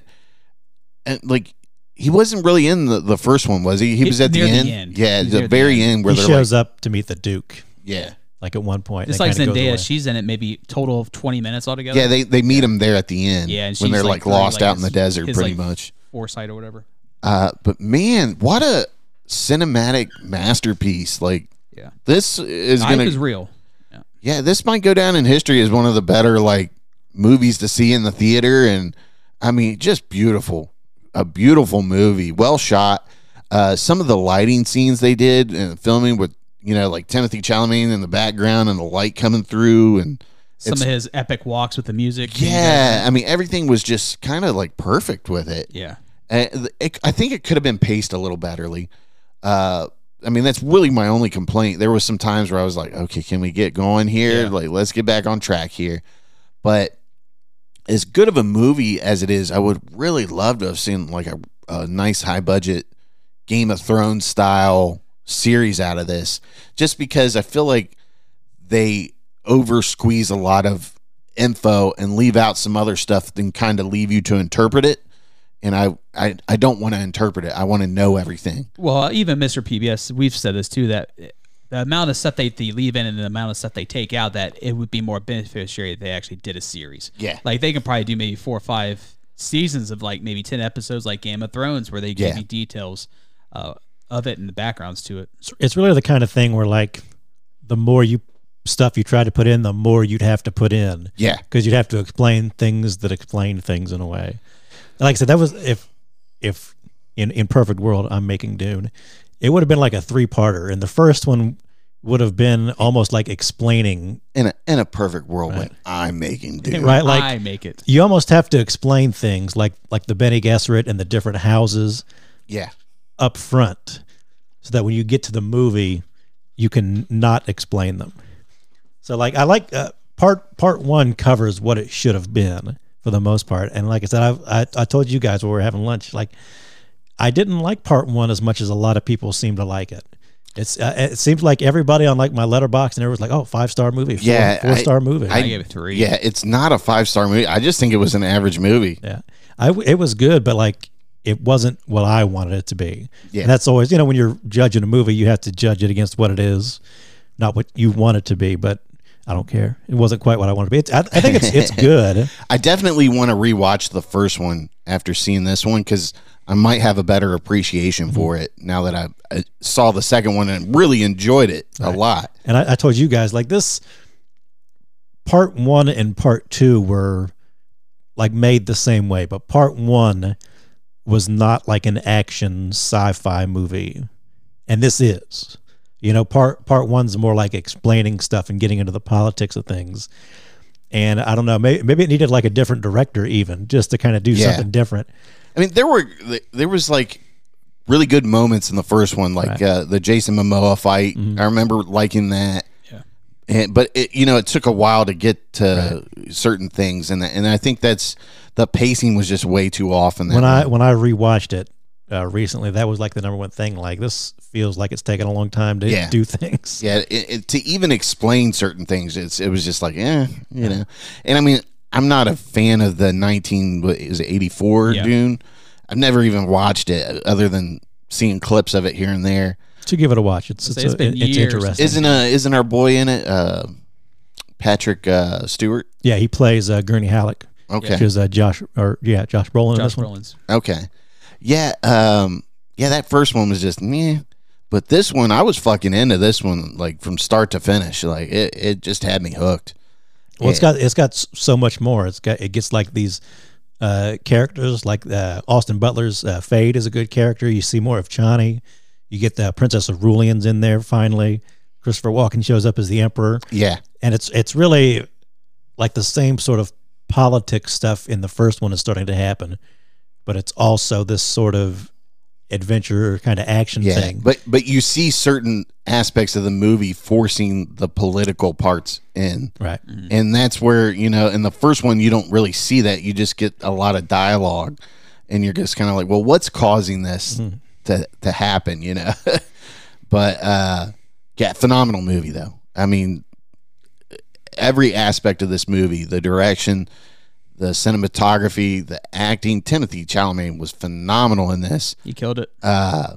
and like he wasn't really in the, the first one, was he? He
He-
was at the
near the
end.
end.
Yeah,
He's
the
near the
very
end.
end, where
he
they're
shows up to meet the Duke,
like, yeah,
like at one point.
Just
that
like
kinda goes away.
Zendaya, she's in it maybe total of twenty minutes altogether.
yeah. They they meet him there at the end.
Yeah, and
when
she's,
they're like,
like, through,
lost
like,
out in the
his-
desert,
his,
pretty
like-
much.
foresight or whatever.
Uh, but man, what a cinematic masterpiece! Like
Yeah,
this is
hype
gonna
is real.
Yeah, this might go down in history as one of the better like movies to see in the theater, and I mean, just beautiful, a beautiful movie, well shot. Uh, some of the lighting scenes they did and filming with you know like Timothy Chalamet in the background and the light coming through, and
Some of his epic walks with the music.
yeah, I mean everything was just kind of like perfect with it.
yeah.
And it, I think it could have been paced a little betterly. Uh, I mean, that's really my only complaint. There was some times where I was like, okay, can we get going here?
Yeah.
Like, let's get back on track here. But as good of a movie as it is, I would really love to have seen like a, a nice high budget Game of Thrones style series out of this, just because I feel like they over squeeze a lot of info and leave out some other stuff then kind of leave you to interpret it and i i, I don't want to interpret it i want to know everything
Well, even Mr. PBS, we've said this too that the amount of stuff they, they leave in and the amount of stuff they take out, that it would be more beneficiary if they actually did a series.
Yeah.
like they can probably do maybe four or five seasons of like maybe ten episodes, like Game of Thrones, where they give
Yeah.
you details uh, of it and the backgrounds to it.
It's- It's really the kind of thing where like the more you stuff you try to put in, the more you'd have to put in.
yeah
because you'd have to explain things that explain things in a way. Like I said, that was if if in in perfect world I'm making Dune, it would have been like a three parter, and the first one would have been almost like explaining,
in a in a perfect world when i'm making dude
right? Like
I make it.
you almost have to explain things like like the Benny Gesserit and the different houses
yeah
up front, so that when you get to the movie, you can not explain them. So like I like uh, part part one covers what it should have been for the most part, and like I said, I've, I I told you guys when we were having lunch, like I didn't like part one as much as a lot of people seem to like it. It's uh, it seems like everybody on like my letterbox and everyone's like, oh, five star movie, four,
Yeah, I-
four star movie.
I,
I-
gave it three.
yeah it's not a five star movie i just think it was an average movie
Yeah, I w- it was good, but like it wasn't what I wanted it to be.
Yeah.
and that's always you know when you're judging a movie, you have to judge it against what it is, not what you want it to be. But I don't care. It wasn't quite what I wanted to be. It's, I, I think it's it's good.
i definitely want to rewatch the first one after seeing this one because i might have a better appreciation for it now that I, I saw the second one and really enjoyed it a lot
And I, I told you guys like this part one and part two were like made the same way, but part one was not like an action sci-fi movie, and this is. You know, part part one's more like explaining stuff and getting into the politics of things. And I don't know, maybe, maybe it needed like a different director even just to kind of do
Yeah.
something different.
I mean, there were there was like really good moments in the first one, like uh, the Jason Momoa fight. I remember liking that.
Yeah.
And, but it, you know, it took a while to get to certain things, and and I think that's the pacing was just way too off. in that
when I
one.
when I rewatched it uh, recently, that was like the number one thing. Like this feels like it's taken a long time to
Yeah.
do things.
yeah, it, it, to even explain certain things, it's it was just like eh, you know. And I mean, I'm not a fan of the 19 what is it 84
Yeah.
Dune. I've never even watched it other than seeing clips of it here and there.
to give it a watch. It's it's,
It's been
it's
years.
interesting.
Isn't uh isn't our boy in it? Uh, Patrick uh, Stewart.
yeah, he plays uh, Gurney Halleck,
Okay.
which is uh, Josh or yeah Josh Brolin in
Josh
this one.
Brolin's.
Okay. Yeah. Um. Yeah. That first one was just meh. But this one, I was fucking into this one, like from start to finish. Like it, it just had me hooked.
Well, it's got it's got s- so much more. It's got it gets like these uh, characters like uh, Austin Butler's uh, Fade is a good character. You see more of Chani. You get the Princess of Rulians in there finally. Christopher Walken shows up as the Emperor.
Yeah.
and it's it's really like the same sort of politics stuff in the first one is starting to happen, but it's also this sort of adventure kind of action
Yeah.
thing.
But but you see certain aspects of the movie forcing the political parts in.
right.
And that's where, you know, in the first one, you don't really see that. You just get a lot of dialogue and you're just kind of like, well, what's causing this to, to happen, you know? But uh, yeah, phenomenal movie though. I mean, every aspect of this movie, the direction, the cinematography, the acting. Timothy Chalamet was phenomenal in this.
He killed it.
Uh,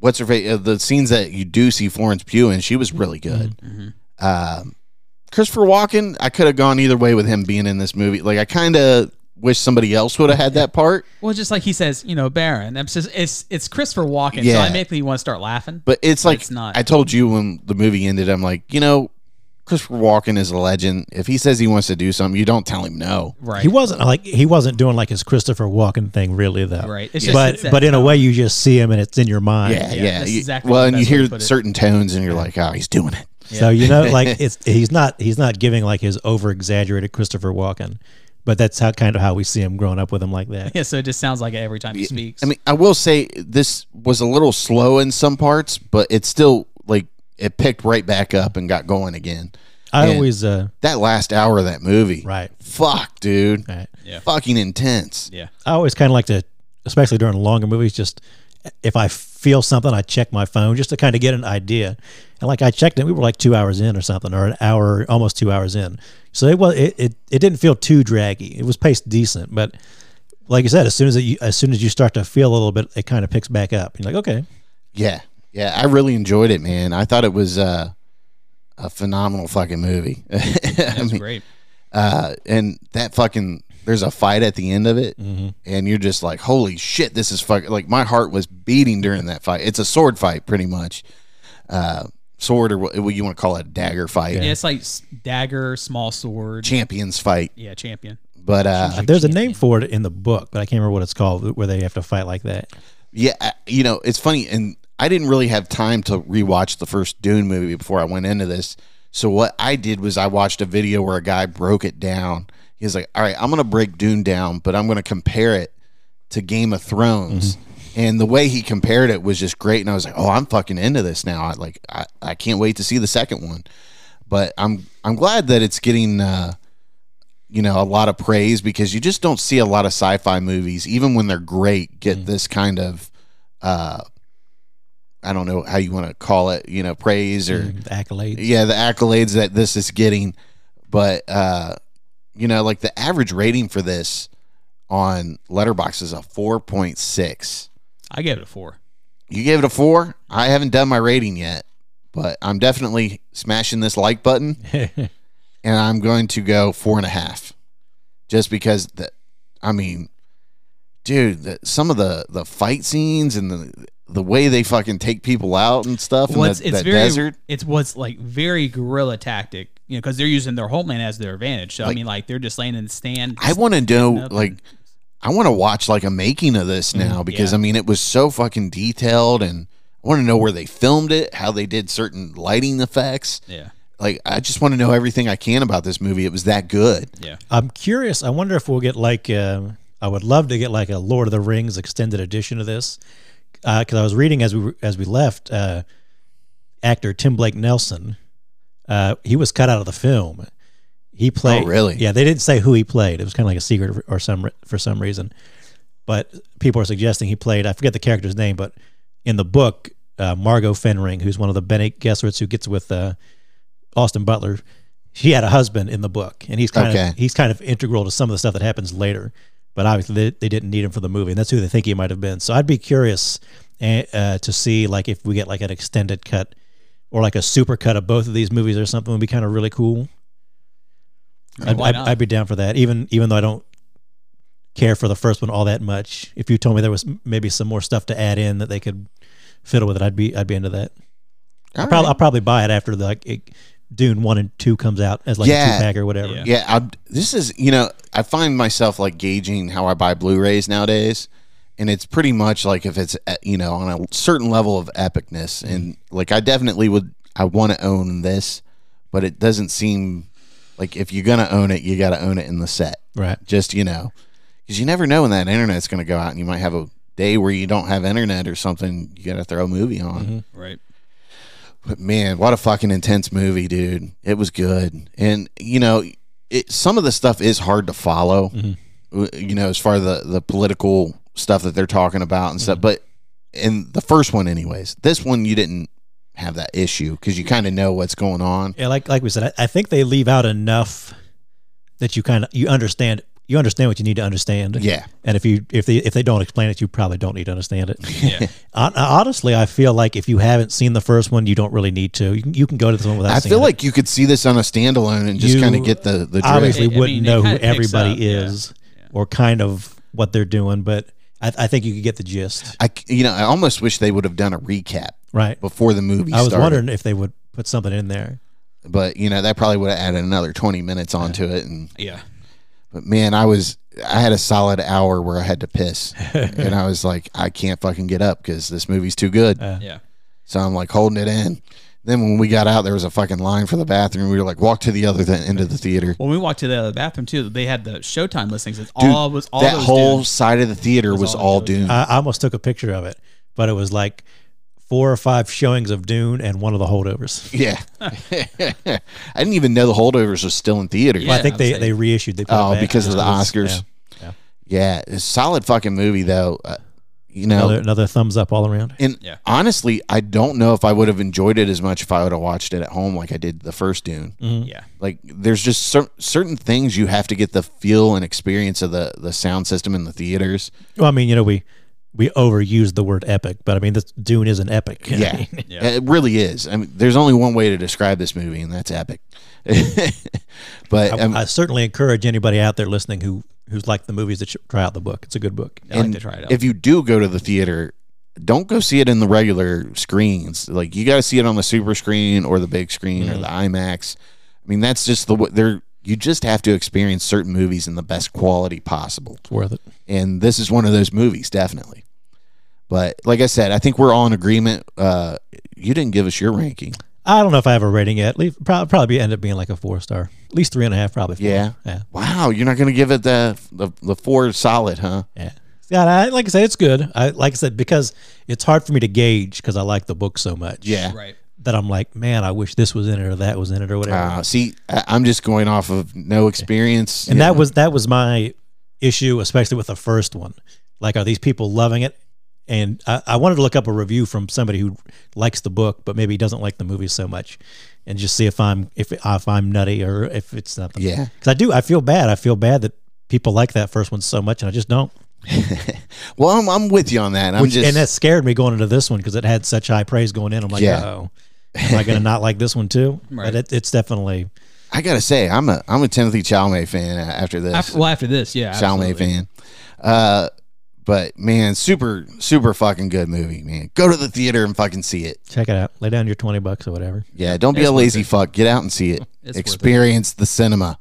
what's her face? uh, The scenes that you do see Florence Pugh in, she was really good.
Mhm.
Um, Christopher Walken, I could have gone either way with him being in this movie. Like I kind of wish somebody else would have had that part.
Well, just like he says, you know, Baron. It's just, it's it's Christopher Walken, so
Yeah.
I make me want to start laughing.
But it's like
It's not.
I told you when the movie ended, I'm like, you know, Christopher Walken is a legend. If he says he wants to do something, you don't tell him no.
Right.
He wasn't like he wasn't doing like his Christopher Walken thing, really though.
Right. It's just-
but
it's that
but in a way, you just see him and it's in your mind.
Yeah,
yeah,
yeah.
that's
You-
exactly
well,
the
and you
best way to
hear
put it.
certain tones, and you're like, oh, he's doing it.
So you know, like it's he's not he's not giving like his over exaggerated Christopher Walken, but that's how kind of how we see him growing up with him like that.
yeah. So it just sounds like it every time he speaks.
I mean, I will say this was a little slow in some parts, but it's still like it picked right back up and got going again.
I
And
always uh
that last hour of that movie,
right
Fuck, dude,
right.
fucking intense.
yeah.
I always kind of like to, especially during longer movies, just if I feel something, I check my phone just to kind of get an idea. And like I checked it, we were like two hours in or something, or an hour, almost two hours in. So it was it it, it didn't feel too draggy. It was paced decent, but like you said, as soon as it, as soon as you start to feel a little bit, it kind of picks back up. You're like, okay,
Yeah, yeah, I really enjoyed it, man. I thought it was uh, a phenomenal fucking movie. I
That's
mean,
great.
uh, and that fucking there's a fight at the end of it, and you're just like, holy shit, this is fucking like my heart was beating during that fight. It's a sword fight, pretty much. Uh, sword or what what you want to call it, dagger fight,
Yeah. It's like s- dagger, small sword.
champions fight.
yeah, champion.
But uh,
there's a name for it in the book, but I can't remember what it's called, where they have to fight like that.
yeah, I- you know, it's funny, and I didn't really have time to rewatch the first Dune movie before I went into this. So what I did was I watched a video where a guy broke it down. He was like, "All right, I'm going to break Dune down, but I'm going to compare it to Game of Thrones." And the way he compared it was just great, and I was like, "Oh, I'm fucking into this now! I, like, I, I can't wait to see the second one." But I'm I'm glad that it's getting uh, you know a lot of praise because you just don't see a lot of sci-fi movies, even when they're great,
Mm.
get this kind of uh, I don't know how you want to call it, you know, praise or
Mm, The accolades.
yeah, the accolades that this is getting, but uh, you know, like the average rating for this on Letterbox is a four point six.
I gave it a four.
You gave it a four. I haven't done my rating yet, but I'm definitely smashing this like button, and I'm going to go four and a half, just because the, I mean, dude, the, some of the the fight scenes and the the way they fucking take people out and stuff.
Well,
in
it's,
that,
it's
that
very
desert.
it's what's like very guerrilla tactic, you know, because they're using their homeland as their advantage. So I
Like-
mean, like they're just laying in the stand.
I want to know,
up
like, I want to watch like a making of this now because
Mm-hmm. yeah.
I mean it was so fucking detailed, and I want to know where they filmed it, how they did certain lighting effects.
yeah,
Like, I just want to know everything I can about this movie. It was that good.
yeah.
I'm curious. I wonder if we'll get like. Uh, I would love to get like a Lord of the Rings extended edition of this, because I was reading as we were- as we left. Uh, actor Tim Blake Nelson, uh, he was cut out of the film. He played.
really?
Yeah, they didn't say who he played. It was kind of like a secret or some for some reason. But people are suggesting he played. I forget the character's name, but in the book, uh, Margot Fenring, who's one of the Bene Gesserits who gets with uh, Austin Butler, she had a husband in the book, and he's kind
Okay.
of he's kind of integral to some of the stuff that happens later. But obviously, they, they didn't need him for the movie, and that's who they think he might have been. So I'd be curious eh, uh, to see like if we get like an extended cut or like a super cut of both of these movies or something would be kind of really cool. I'd,
why
I'd,
not?
I'd be down for that, even even though I don't care for the first one all that much. If you told me there was m- maybe some more stuff to add in that they could fiddle with it, I'd be I'd be into that.
All
I'll probably, I'll
right.
probably buy it after the like it, Dune one and two comes out as like a
Yeah.
two pack or whatever.
Yeah.
yeah, I, this is you know I find myself like gauging how I buy Blu-rays nowadays, and it's pretty much like if it's eh, you know on a certain level of epicness, and like I definitely would I want to own this, but it doesn't seem like if you're gonna own it, you got to own it in the set.
Right.
Just you know, because you never know when that internet's gonna go out, and you might have a day where you don't have internet or something. You got to throw a movie on.
Right.
But man, what a fucking intense movie, dude. It was good. And, you know, it, some of the stuff is hard to
Mm-hmm. Mm-hmm.
follow, w- you know, as far as the, the political stuff that they're talking about and stuff. But in the first one, anyways. This one you didn't have that issue because you kind of know what's going on.
Yeah, like like we said, I, I think they leave out enough that you kind of you understand you understand what you need to understand.
Yeah,
And if you if they if they don't explain it, you probably don't need to understand it.
Yeah.
Hon- uh, Honestly, I feel like if you haven't seen the first one, you don't really need to. You can, you can go to this one without.
I
seeing
feel
it.
like you could see this on a standalone and just
You-
kind of get the the drift.
obviously
It- I mean,
wouldn't
it
know who
kinda picks
everybody
up, yeah.
is or kind of what they're doing, but I, I think you could get the gist.
I c- you know I almost wish they would have done a recap
Right.
before the movie.
I was
started.
wondering if they would put something in there.
but you know that probably would have added another 20 minutes onto it and
Yeah.
but man i was i had a solid hour where i had to piss and i was like i can't fucking get up because this movie's too good
Yeah.
so i'm like holding it in then when we got out there was a fucking line for the bathroom we were like walk to the other th- end of the theater
When we walked to the other bathroom too, they had the Showtime listings. It's
Dude,
all was all
that
those
whole
dudes.
side of the theater was,
all Uh.
all
those
dune
I, I almost took a picture of it, but it was like four or five showings of Dune and one of the holdovers.
yeah i didn't even know the holdovers was still in theaters
Well, I
Yeah,
think
I'm
they,
saying-
they reissued. They put it
oh
back
because of the
just 'cause-
oscars
yeah, yeah.
yeah, it's a solid fucking movie though uh, you know
Another, another thumbs up all around.
And
Yeah.
honestly, I don't know if I would have enjoyed it as much if I would have watched it at home like I did the first Dune.
Yeah.
Like, there's just cer- certain things you have to get the feel and experience of the, the sound system in the theaters.
Well, I mean, you know, we we overuse the word epic, but I mean, this Dune is an epic. I
Yeah.
mean,
Yeah.
It really is. I mean, there's only one way to describe this movie, and that's epic. but
I,
um,
I certainly encourage anybody out there listening who who's like the movies that should try out the book. It's a good book.
I like
and
to try it out.
if you do go to the theater, don't go see it in the regular screens. Like, you got to see it on the super screen or the big screen
Mm.
or the IMAX. I mean, that's just the way they're. You just have to experience certain movies in the best quality possible.
It's worth it.
and this is one of those movies definitely but like i said i think we're all in agreement uh you didn't give us your ranking
I don't know if I have a rating yet. Leave, probably, probably end up being like a four star, at least three and a half, probably. Four.
Yeah.
yeah,
wow you're not gonna give it the the, the four solid huh
yeah. Yeah, and I, like I said, it's good. I like I said because it's hard for me to gauge because I like the book so much.
yeah
right.
that I'm like, man, I wish this was in it or that was in it or whatever.
uh, see I, i'm just going off of no experience
and
you
that
know.
was that was my issue, especially with the first one. Like, are these people loving it? And I, I wanted to look up a review from somebody who likes the book, but maybe doesn't like the movie so much, and just see if I'm if if I'm nutty or if it's nothing.
yeah
because I do. I feel bad. I feel bad that people like that first one so much, and I just don't.
well i'm, I'm with you on that i'm
Which,
just
and that scared me going into this one because it had such high praise going in. I'm like,
Yeah.
oh, am I going to not like this one too?
Right.
But it, it's definitely
i gotta say i'm a i'm a timothy chalamet fan uh, after this
After, well, after this, yeah.
Chalamet
absolutely.
fan. Uh, but man, super, super fucking good movie, man. Go to the theater and fucking see it.
check it out. Lay down your twenty bucks or whatever.
Yeah, don't be
It's
a
worth
lazy
it.
fuck. Get out and see it.
It's worth it.
Experience the cinema.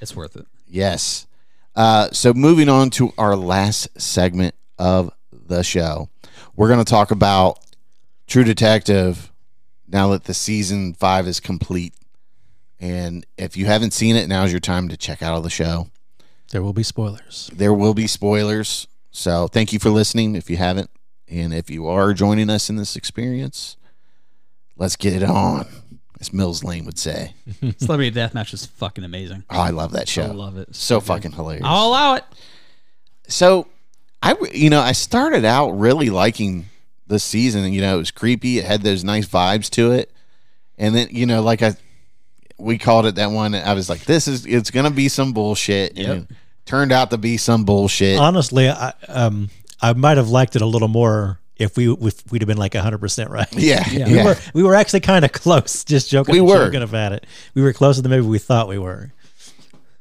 It's worth it.
Yes. Uh, so moving on to our last segment of the show, we're going to talk about True Detective. Now that the season five is complete, and if you haven't seen it, now's your time to check out of the show.
There will be spoilers.
There will be spoilers, so thank you for listening. If you haven't, and if you are joining us in this experience, let's get it on, as Mills Lane would say.
Celebrity Deathmatch is fucking amazing.
Oh, I love that show.
I love it.
so fucking hilarious.
I'll allow it.
So I, w- you know, I started out really liking this season. You know, it was creepy. It had those nice vibes to it, and then you know, like I, we called it that one. I was like, this is it's gonna be some bullshit, and it turned out to be some bullshit.
Uh,
Honestly, I um I might have liked it a little more if we if we'd have been like hundred percent right.
yeah, yeah.
We were we were actually kind of close. Just joking.
We were.
joking about it. We were closer than maybe we thought we were.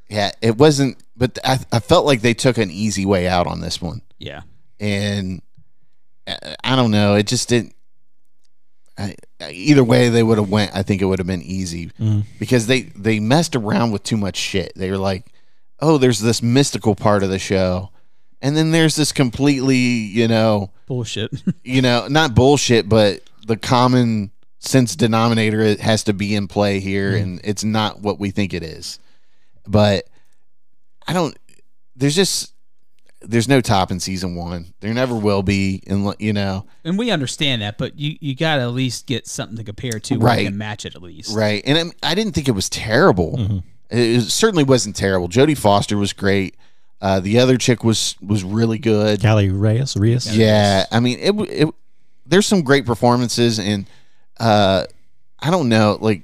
Yeah, it wasn't, but I, I felt like they took an easy way out on this one,
Yeah.
and I, I don't know, it just didn't. I, either way, they would have went. I think it would have been easy because they they messed around with too much shit. They were like, "Oh, there's this mystical part of the show, and then there's this completely, you know,
Bullshit.
you know, not bullshit, but the common sense denominator it has to be in play here, and it's not what we think it is. But I don't. There's just there's no top in season one. There never will be, and you know,
and we understand that, but you, you got to at least get something to compare to where
Right.
you can match it at least.
right? And I'm, I didn't think it was terrible. It, it certainly wasn't terrible. Jodie Foster was great. Uh, the other chick was was really good.
Callie Reyes, Reyes.
Yeah, I mean it. w- It there's some great performances, and uh, I don't know, like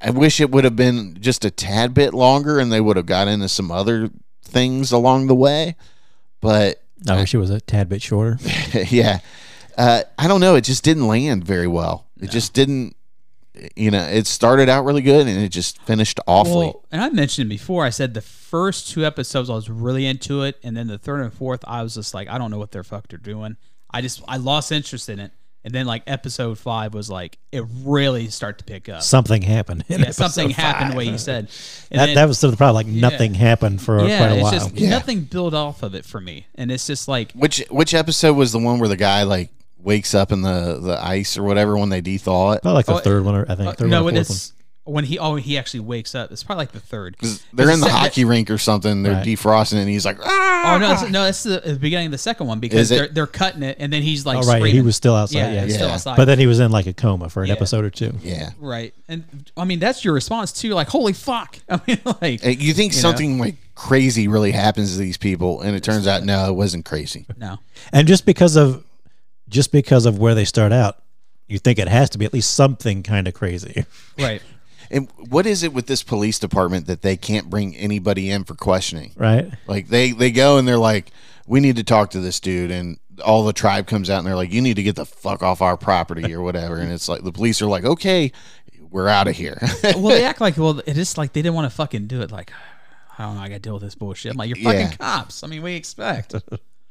I wish it would have been just a tad bit longer, and they would have got into some other things along the way. But
I wish it was a tad bit shorter.
yeah, uh, I don't know. It just didn't land very well. It just didn't. You know, it started out really good, and it just finished awfully.
Well, and I mentioned before, I said the first two episodes I was really into it, and then the third and fourth I was just like, I don't know what their fuck they're doing. I just I lost interest in it, and then like episode five was like it really started to pick up.
Something happened. in
yeah,
episode
something
five.
happened the way you said. And
That,
then-
that was sort of the problem. Like nothing happened for
yeah,
quite a
it's
while.
just
Yeah.
nothing built off of it for me, and it's just like
Which which episode was the one where the guy like wakes up in the the ice or whatever when they dethaw it?
About like the
Oh,
third one, or I think.
uh,
third
no,
one or fourth
it's when he oh he actually wakes up. It's probably like the third.
'Cause They're in the
It's the-
hockey rink or something. They're
Right.
defrosting, it, and he's like, ah!
Oh no,
Uh-huh.
it's, no, that's the, the beginning of the second one because
Is it-
they're they're cutting it, and then he's like,
one. Oh, right.
screaming.
He was still outside.
yeah,
Yeah.
he's still
Yeah.
outside.
But then he was in like a coma for an
Yeah.
episode or two.
Yeah.
Right. And I mean, that's your response too. Like, holy fuck. I mean, like,
Uh, You think
You know?
something like crazy really happens to these people, and it turns out no, it wasn't crazy.
no.
And just because of just because of where they start out, you think it has to be at least something kind of crazy.
Right.
And what is it with this police department that they can't bring anybody in for questioning?
Right?
Like they they go and they're like, we need to talk to this dude, and all the tribe comes out and they're like, you need to get the fuck off our property or whatever. And it's like the police are like, okay, we're out of here.
Well, they act like, well, it is like they didn't want to fucking do it. Like, I don't know. I got to deal with this bullshit. I'm like, you're fucking
Yeah.
cops. I mean, we expect.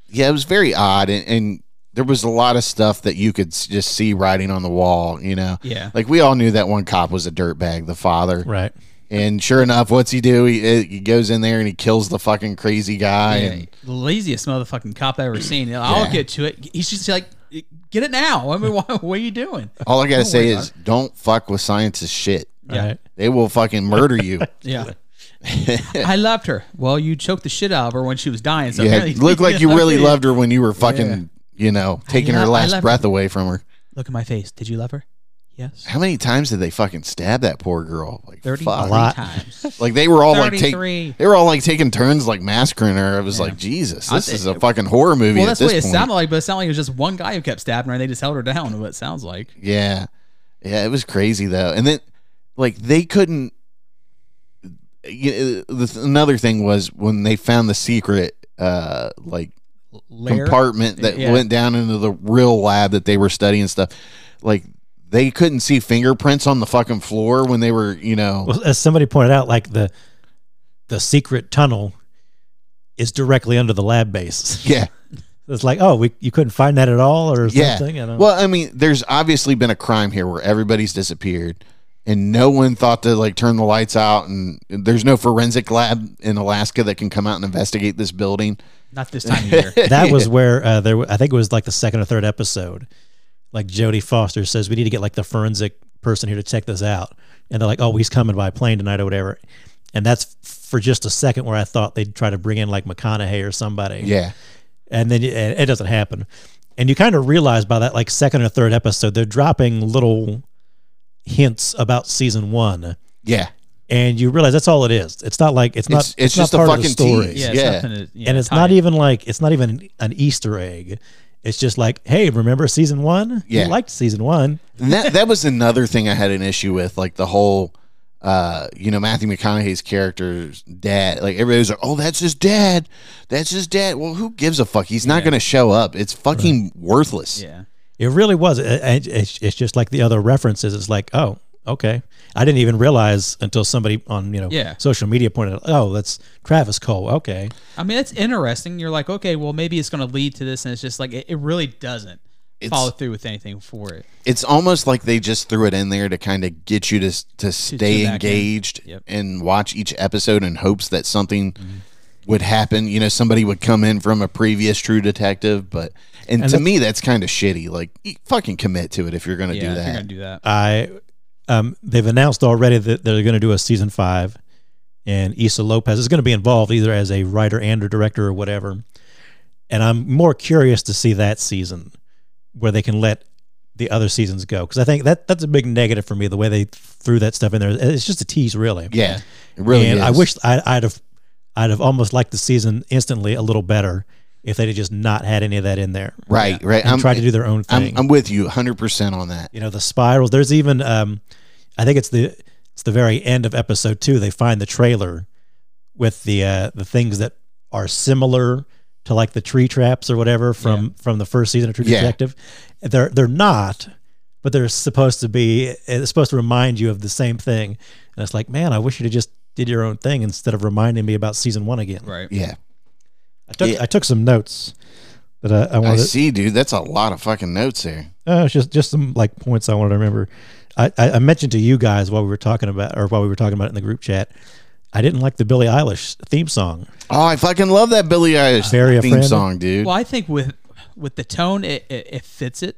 yeah, it was very odd, and, and there was a lot of stuff that you could s- just see writing on the wall. You know,
Yeah.
like we all knew that one cop was a dirtbag, the father,
Right.
and sure enough, what's he do? He, uh, he goes in there and he kills the fucking crazy guy,
Yeah,
and
the laziest motherfucking cop I've ever seen. I'll get to it. He's just like, get it now. I mean, why, what are you doing?
all I gotta say
worry
is, don't fuck with science's shit.
Yeah.
Right.
They will fucking murder you.
Yeah. I loved her. Well, you choked the shit out of her when she was dying. So
yeah,
apparently-
looked like you really
Yeah.
loved her when you were fucking, you know, taking
I
her
love- I
last
love-
breath away from her.
Look at my face. Did you love her? Yes.
How many times did they fucking stab that poor girl? Like
Thirty
fuck.
A lot.
times.
Like they were all like take,
33.
they were all like taking turns like massacring her. It was like Jesus, this is a fucking horror movie
Well,
at
that's
this
what it
point.
sounded like, but it sounded like it was just one guy who kept stabbing her, and they just held her down. What it sounds like.
yeah, yeah, it was crazy though. And then like they couldn't. You, the, another thing was when they found the secret, uh, like
Lair.
compartment that
Yeah.
went down into the real lab that they were studying stuff. Like they couldn't see fingerprints on the fucking floor when they were, you know,
Well, as somebody pointed out, like the the secret tunnel is directly under the lab base.
yeah,
It's like, oh, we you couldn't find that at all, or
yeah.
something. I don't know.
Well, I mean, there's obviously been a crime here where everybody's disappeared and no one thought to like turn the lights out and there's no forensic lab in Alaska that can come out and investigate this building.
Not this time of year.
that was where uh, there. wa- I think it was like the second or third episode. Like Jodie Foster says, we need to get like the forensic person here to check this out, and they're like, oh, he's coming by plane tonight or whatever. And that's for just a second where I thought they'd try to bring in like McConaughey or somebody.
Yeah.
and then and it doesn't happen. And you kind of realize by that like second or third episode, they're dropping little hints about season one,
Yeah.
and you realize that's all it is. It's not like it's not
It's- it's
not
just a
part of the
fucking
story,
tease.
Yeah,
Yeah.
It's nothing to, yeah,
and it's
tie
not e-
it.
even like it's not even an Easter egg. It's just like, hey, remember season one?
Yeah.
you liked season one.
And that that was another thing I had an issue with, like the whole, uh, you know, Matthew McConaughey's character's dad. Like everybody's like, "Oh, that's his dad. That's his dad." Well, who gives a fuck? He's not going to show up. It's fucking worthless.
Yeah.
It really was. It- it- It's it's just like the other references. It's like, oh, okay. I didn't even realize until somebody on you know
Yeah.
social media pointed out, oh, that's Travis Cole. Okay,
I mean, it's interesting. You're like, okay, well, maybe it's going to lead to this, and it's just like it, it really doesn't follow through with anything for it.
It's almost like they just threw it in there to kind of get you to s- to stay
back in.
engaged
Yep.
and watch each episode in hopes that something
Mm-hmm.
would happen. You know, somebody would come in from a previous True Detective, but and, to
that's-
me, that's kind of shitty. Like, y- fucking commit to it if you're going to
Yeah,
do
if
that.
you're going to do that.
I um, they've announced already that they're going to do a season five, and Issa Lopez is going to be involved either as a writer and or director or whatever. And I'm more curious to see that season where they can let the other seasons go because I think that that's a big negative for me the way they threw that stuff in there. It's just a tease, really.
Yeah, it really.
and I
is.
wish I, I'd have I'd have almost liked the season instantly a little better if they'd have just not had any of that in there.
Right, right.
And
I'm,
tried to do their own thing.
I'm, I'm with you 100% on that.
you know the spirals there's even um i think it's the it's the very end of episode two they find the trailer with the uh the things that are similar to like the tree traps or whatever from from the first season of true
Yeah.
detective they're they're not but they're supposed to be it's supposed to remind you of the same thing and it's like man i wish you'd have just did your own thing instead of reminding me about season one again
Right.
Yeah.
i took
Yeah.
i took some notes that i, I
I
wanted to-
see, dude. That's a lot of fucking notes there.
Uh, it's just just some like points I wanted to remember. I, I, I mentioned to you guys while we were talking about or while we were talking about it in the group chat. I didn't like the Billie Eilish theme song.
Oh, I fucking love that Billie Eilish
Very a
theme
friend.
song, dude.
Well, I think with with the tone, it, it, it fits it.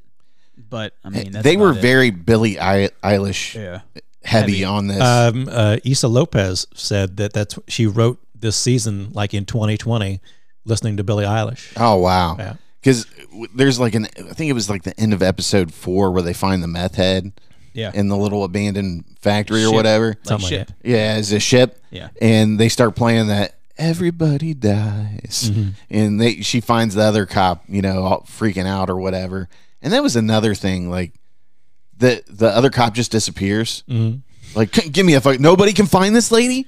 But I mean, that's
they were
about it.
very Billie Eil- Eilish
yeah.
heavy, on this.
Um, uh, Issa Lopez said that that's she wrote this season like in 2020, listening to Billie Eilish.
oh wow.
Yeah.
Because there's like an, I think it was like the end of episode four where they find the meth head
Yeah.
in the little abandoned factory or
Ship.
whatever.
Like
Something like
ship.
Yeah, it's a ship.
Yeah.
And they start playing that everybody dies.
Mm-hmm.
And they she finds the other cop, you know, all freaking out or whatever. And that was another thing like the the other cop just disappears.
Mm-hmm.
Mhm.
Like "C- give me a fuck nobody can find this lady?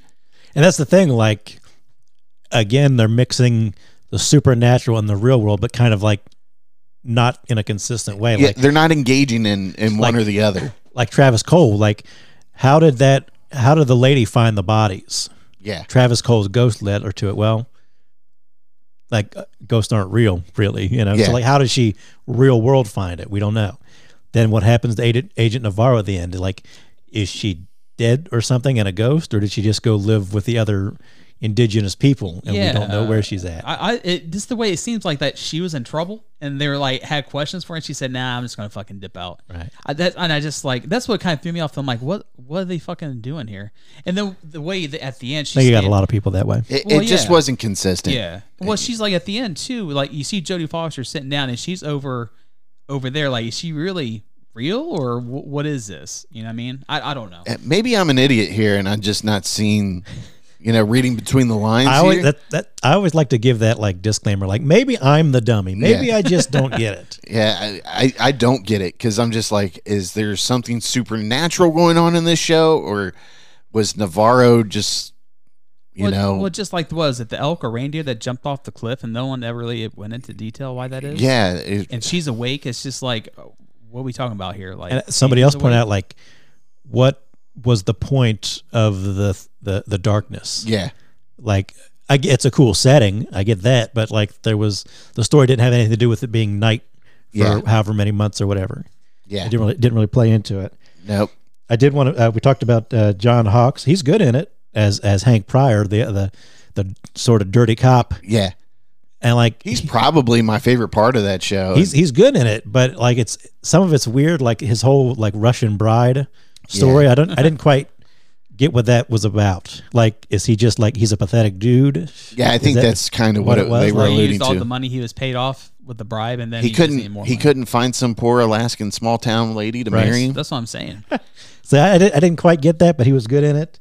And that's the thing. Like again, they're mixing the supernatural and the real world, but kind of like not in a consistent way.
Yeah,
like
they're not engaging in in one
Like-
or the other.
like Travis Cole. Like how did that? How did the lady find the bodies?
Yeah.
Travis Cole's ghost led her to it. Well, like uh, ghosts aren't real, really, you know.
Yeah.
So like, how does she real world find it? We don't know. Then what happens to Agent, Agent Navarro at the end? Like, is she dead or something and a ghost, or did she just go live with the other indigenous people and we don't know where she's at?
I, I it, just the way it seems like that she was in trouble, and they were like had questions for her, and she said, "Nah, I'm just gonna fucking dip out."
Right.
I, that, and I just like that's what kind of threw me off. I'm like, what what are they fucking doing here? And then the way that at the end
I
she
think you got a
stayed-
lot of people that way.
It,
Well,
it just
yeah.
wasn't consistent.
Yeah. Well, she's like at the end too. Like you see Jodie Foster sitting down, and she's over over there. Like, is she really real, or wh- what is this? You know what I mean? I, I don't know.
Uh, Maybe I'm an idiot here and I'm just not seeing you know, reading between the lines.
I always
here.
that, that I always like to give that like disclaimer, like maybe I'm the dummy, maybe
Yeah.
I just don't get it.
Yeah, I, I, I don't get it because I'm just like, is there something supernatural going on in this show, or was Navarro just, you
well,
know,
well, just like was it the elk or reindeer that jumped off the cliff, and no one ever really went into detail why that is.
yeah, it-
and she's awake. It's just like, what are we talking about here? Like
And somebody else pointed
awake.
out, like, what was the point of the the the darkness?
yeah,
Like, I get, it's a cool setting, I get that, but like, there was the story didn't have anything to do with it being night for
Yeah.
however many months or whatever.
yeah,
It didn't really didn't really play into it.
nope,
I did want to. Uh, we talked about uh, John Hawks. He's good in it as as Hank Pryor, the the the sort of dirty cop,
yeah.
and like
He's probably my favorite part of that show.
he's he's good in it, but like it's some of it's weird. Like his whole like Russian bride story. I don't I didn't quite get what that was about. Like, is he just like he's a pathetic dude?
yeah, I
Is
think
that-
that's kind of what,
what it
it-
was?
they were
Like, he
alluding
used all the
to.
money he was paid off with the bribe, and then
He
just needed
couldn't
more
he
money.
couldn't find some poor Alaskan small town lady to
Right.
marry him.
That's what I'm saying.
So I, I, did, I didn't quite get that, but he was good in it.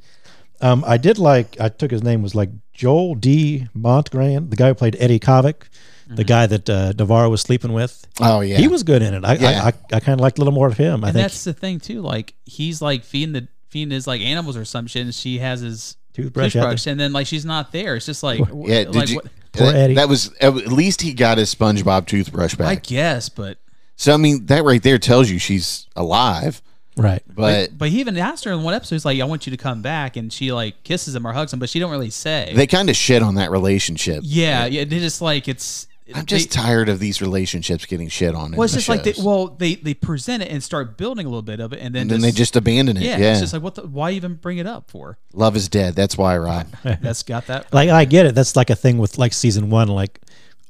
Um, I did like I took his name was like Joel D. Montgrand, the guy who played Eddie Kovic, the guy that uh, Navarro was sleeping with.
Mm-hmm. Oh yeah,
He was good in it. I
Yeah.
I, I, I kind of liked a little more of him. I
and
think
that's the thing too. Like he's like feeding the feeding his like animals or some shit, and she has his
toothbrush. out there.
toothbrush, and then like she's not there. It's just like wh-
yeah. Did
like,
you?
what-
Poor
that,
Eddie.
that was at least he got his SpongeBob toothbrush
I
back.
guess, but
so I mean, that right there tells you she's alive.
Right.
But
but he even asked her in one episode, he's like, "I want you to come back," and she like kisses him or hugs him, but she don't really say.
they kind of shit on that relationship.
yeah, yeah, they're just like it's.
I'm just
they-
tired of these relationships getting shit on. in
well, it's
the
just like they,
shows.
well, they they present it and start building a little bit of it, and then
and then they just abandon it.
yeah,
Yeah,
it's just like what the why even bring it up for?
love is dead. That's why, Rob.
That's got that.
like I get it. That's like a thing with like season one. Like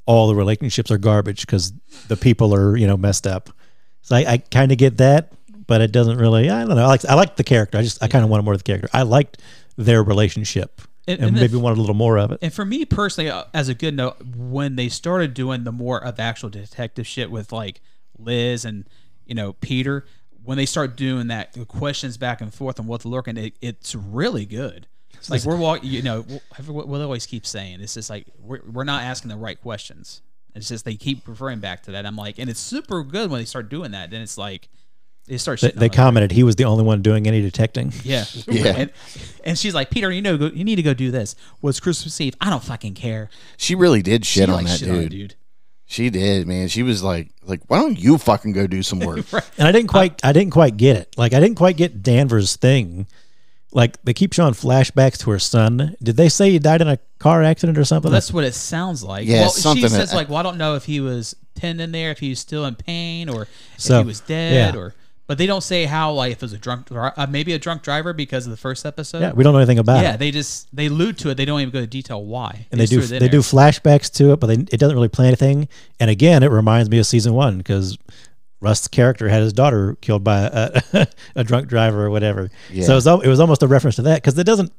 all the relationships are garbage because the people are you know messed up. So I, I kind of get that, but it doesn't really. I don't know. I like I like the character. I just I kind of wanted more of the character. I liked their relationship
And-
and,
and the-
maybe wanted a little more of it.
And for me personally, uh, as a good note, when they started doing the more of actual detective shit with like Liz and you know Peter, when they start doing that the questions back and forth on what's lurking, it, it's really good. Like we're walking, you know, wh- what they always keep saying. It's just like we're, we're not asking the right questions. It's just they keep referring back to that. I'm like, and it's super good when they start doing that. Then it's like, it starts.
They,
shitting on
they
us.
commented he was the only one doing any detecting.
uh, Yeah.
Yeah.
And, and she's like, Peter, you know, go, you need to go do this. Was Christmas Eve? I don't fucking care.
She really did shit
You,
on
like,
that
shit
dude.
on it, dude.
She did, man. She was like, like, why don't you fucking go do some work?
and I didn't
Uh,
quite I didn't quite get it. Like I didn't quite get Danvers' thing. Like they keep showing flashbacks to her son. Did they say he died in a car accident or something?
Well, that's what it sounds like.
Yeah,
well,
something
she says
that-
like, well, I don't know if he was pinned in there, if he was still in pain, or
So,
if he was dead,
yeah.
or. But they don't say how like if it was a drunk, dri- uh, maybe a drunk driver because of the first episode.
yeah, we don't know anything about
Yeah,
it.
they just they allude to it. They don't even go to detail why.
And they
just
do
threw it
they
in
do
there.
flashbacks to it, but they, it doesn't really play anything. And again, it reminds me of season one because Rust's character had his daughter killed by a, a drunk driver or whatever. So it was, al- it was almost a reference to that because it doesn't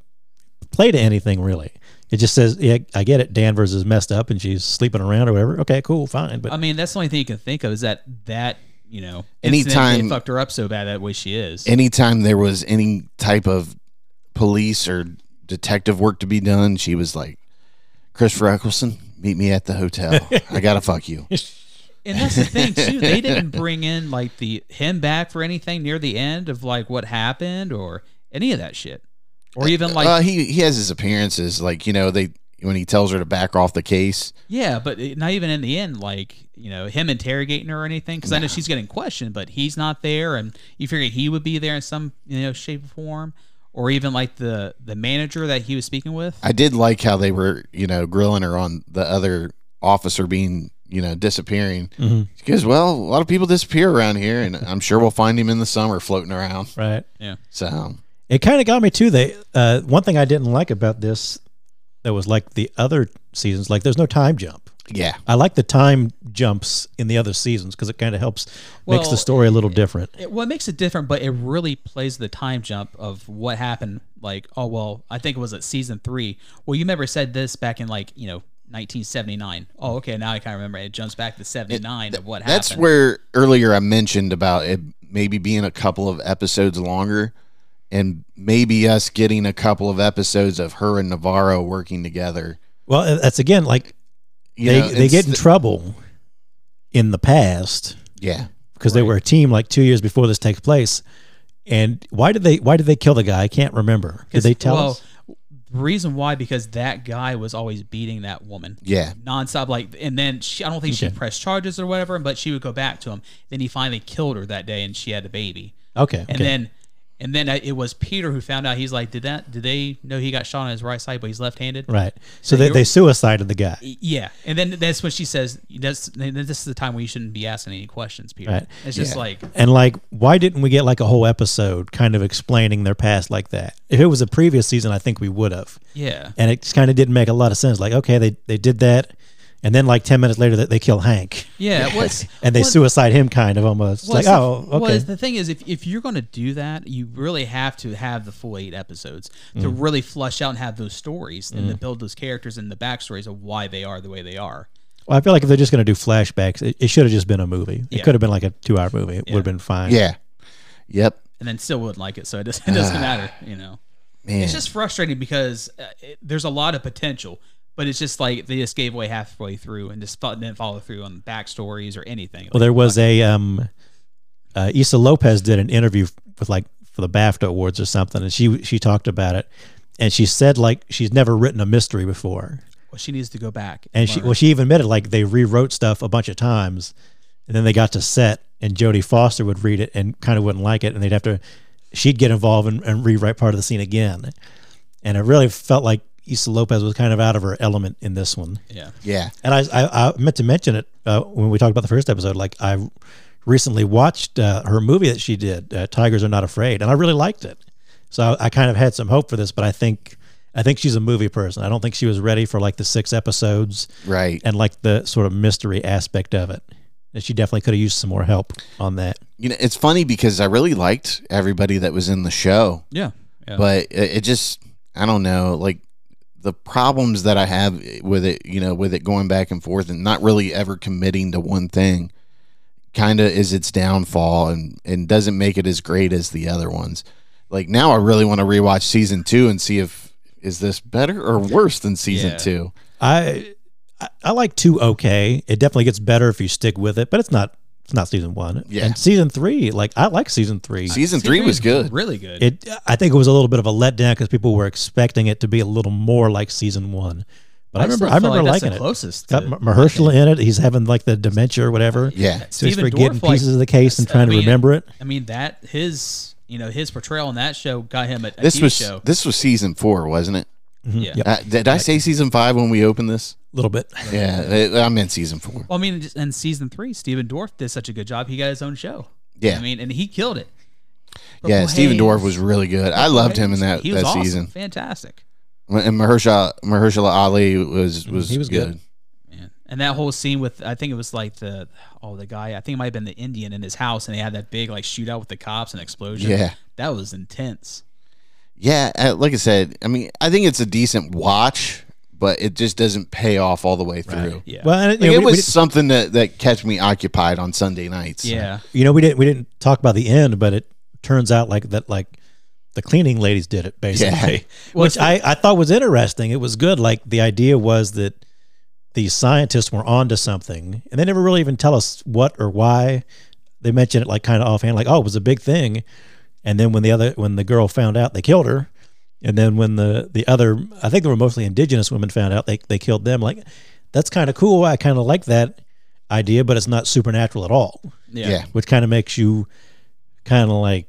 play to anything really. It just says, "Yeah, I get it. Danvers is messed up and she's sleeping around or whatever." Okay, cool, fine. But
I mean, that's the only thing you can think of is that that you know
Anytime-
incident, they fucked her up so bad that way she is.
Anytime there was any type of police or detective work to be done, she was like, Christopher Eccleston, meet me at the hotel. I gotta fuck you.
And that's the thing too. They didn't bring in like the him back for anything near the end of like what happened or any of that shit, or even like
uh, he he has his appearances, like you know they when he tells her to back off the case.
yeah, but it- not even in the end like you know him interrogating her or anything because I know she's getting questioned, but he's not there, and you figure he would be there in some you know shape or form, or even like the the manager that he was speaking with.
I did like how they were you know grilling her on the other officer being you know disappearing because well a lot of people disappear around here and I'm sure we'll find him in the summer floating around.
right.
So
It kind of got me too. They uh, one thing I didn't like about this that was like the other seasons. Like, there's no time jump.
yeah,
I like the time jumps in the other seasons because it kind of helps makes the
Well,
story a little different.
It, well, it makes it different, but it really plays the time jump of what happened. Like, oh well, I think it was at season three. Well, you remember said this back in like you know 1979. Oh, okay, now I kind of remember. It jumps back to 79 of what
that's
happened.
where earlier I mentioned about it maybe being a couple of episodes longer. And maybe us getting a couple of episodes of her and Navarro working together.
Well, uh, that's again like
You
they
know,
they
it's
get in
the-
trouble in the past
yeah.
because they were a team like two years before this takes place. And why did they why did they kill the guy? I can't remember. Did they tell
well,
us?
The reason why because that guy was always beating that woman.
Yeah.
Nonstop, like, and then she, I don't think she
Okay.
pressed charges or whatever, but she would go back to him. Then he finally killed her that day, and she had a baby.
Okay,
And
okay.
then, and then it was Peter who found out. He's like, did that? Did they know he got shot on his right side, but he's left-handed?
right. So they,
you're-
they suicided the guy.
Yeah, and then that's when she says, "That's then this is the time where you shouldn't be asking any questions, Peter."
Right.
It's just like
And like, why didn't we get like a whole episode kind of explaining their past like that? If it was a previous season, I think we would have.
yeah,
And it kind of didn't make a lot of sense. Like, okay, they they did that, and then like ten minutes later, that they kill Hank
yeah. What's
and they
what-
suicide him, kind of almost.
what's
Like,
the-
oh,
what
okay.
is- the thing is, if if you're going to do that, you really have to have the full eight episodes to
Mm.
really flush out and have those stories and to build those characters and the backstories of why they are the way they are.
well, I feel like if they're just going to do flashbacks, it, it should have just been a movie. It
Yeah.
could have been like a two-hour movie. It would have been fine.
Yeah. Yep.
and then still wouldn't like it. So it doesn't, it doesn't matter, you know.
Man.
It's just frustrating because uh, it, there's a lot of potential, but it's just like they just gave away halfway through and just fo- didn't follow through on backstories or anything.
Well,
Like,
there was a um, uh, Issa Lopez did an interview with like for the BAFTA Awards or something, and she she talked about it, and she said like she's never written a mystery before,
well, she needs to go back.
and she
learn.
well she even admitted like they rewrote stuff a bunch of times, and then they got to set, and Jodie Foster would read it and kind of wouldn't like it, and they'd have to she'd get involved and, and rewrite part of the scene again, and it really felt like Issa Lopez was kind of out of her element in this one.
yeah.
Yeah.
And I, I, I meant to mention it uh, when we talked about the first episode. Like I recently watched uh, her movie that she did, uh, "Tigers Are Not Afraid," and I really liked it. So I, I kind of had some hope for this, but I think I think she's a movie person. I don't think she was ready for like the six episodes
Right.
and like the sort of mystery aspect of it. And she definitely could have used some more help on that.
You know, it's funny because I really liked everybody that was in the show,
Yeah. Yeah.
but it, it just I don't know, like the problems that I have with it, you know, with it going back and forth and not really ever committing to one thing kind of is its downfall and and doesn't make it as great as the other ones. Like now I really want to rewatch season 2 and see if is this better or worse than season
Yeah.
2.
I I, I like two okay. It definitely gets better if you stick with it, but it's not it's not season one.
Yeah.
And season three, like I like season three.
Season three was good.
Really good.
it I think it was a little bit of a letdown because people were expecting it to be a little more like season one. But I, remember
still
I
feel
remember
like that's
liking
the
it.
closest.
Got
to-
M- Mahershala in it. He's having like the dementia or whatever.
Yeah.
So he's
Stephen
forgetting
Dorff, like,
pieces of the case and
I
trying to
mean,
remember it.
I mean that his you know his portrayal on that show got him a, a
This
TV
was
show.
this was season four, wasn't it?
yeah.
Yep.
Uh, did I say season five when we opened this?
A little bit.
Yeah, it- I'm in season four.
Well, I mean, just- in season three, Stephen Dorff did such a good job. He got his own show.
Yeah.
I mean, and he killed it.
Yeah,
Purple
Stephen
Haze.
Dorff was really good. I loved him in that,
He was
that
awesome.
season.
Fantastic.
And Mahershala, Mahershala Ali was was
he was
good.
good.
Man. And that whole scene with I think it was like the oh the guy I think it might have been the Indian in his house and they had that big like shootout with the cops and explosion.
Yeah.
That was intense.
Yeah, uh, like I said, I mean, I think it's a decent watch, but it just doesn't pay off all the way through.
Yeah.
Well, and, you
Like,
know,
it
we- we
was
did-
something that that kept me occupied on Sunday nights.
yeah.
you know we didn't we didn't talk about the end but it turns out like that like the cleaning ladies did it basically
Well,
which
it's-
I, I thought was interesting it was good like the idea was that these scientists were onto something and they never really even tell us what or why they mention it like kind of offhand like oh it was a big thing and then when the other when the girl found out they killed her and then when the the other i think they were mostly indigenous women found out they, they killed them like that's kind of cool i kind of like that idea but it's not supernatural at all
Yeah.
yeah, yeah.
which kind of makes you kind of like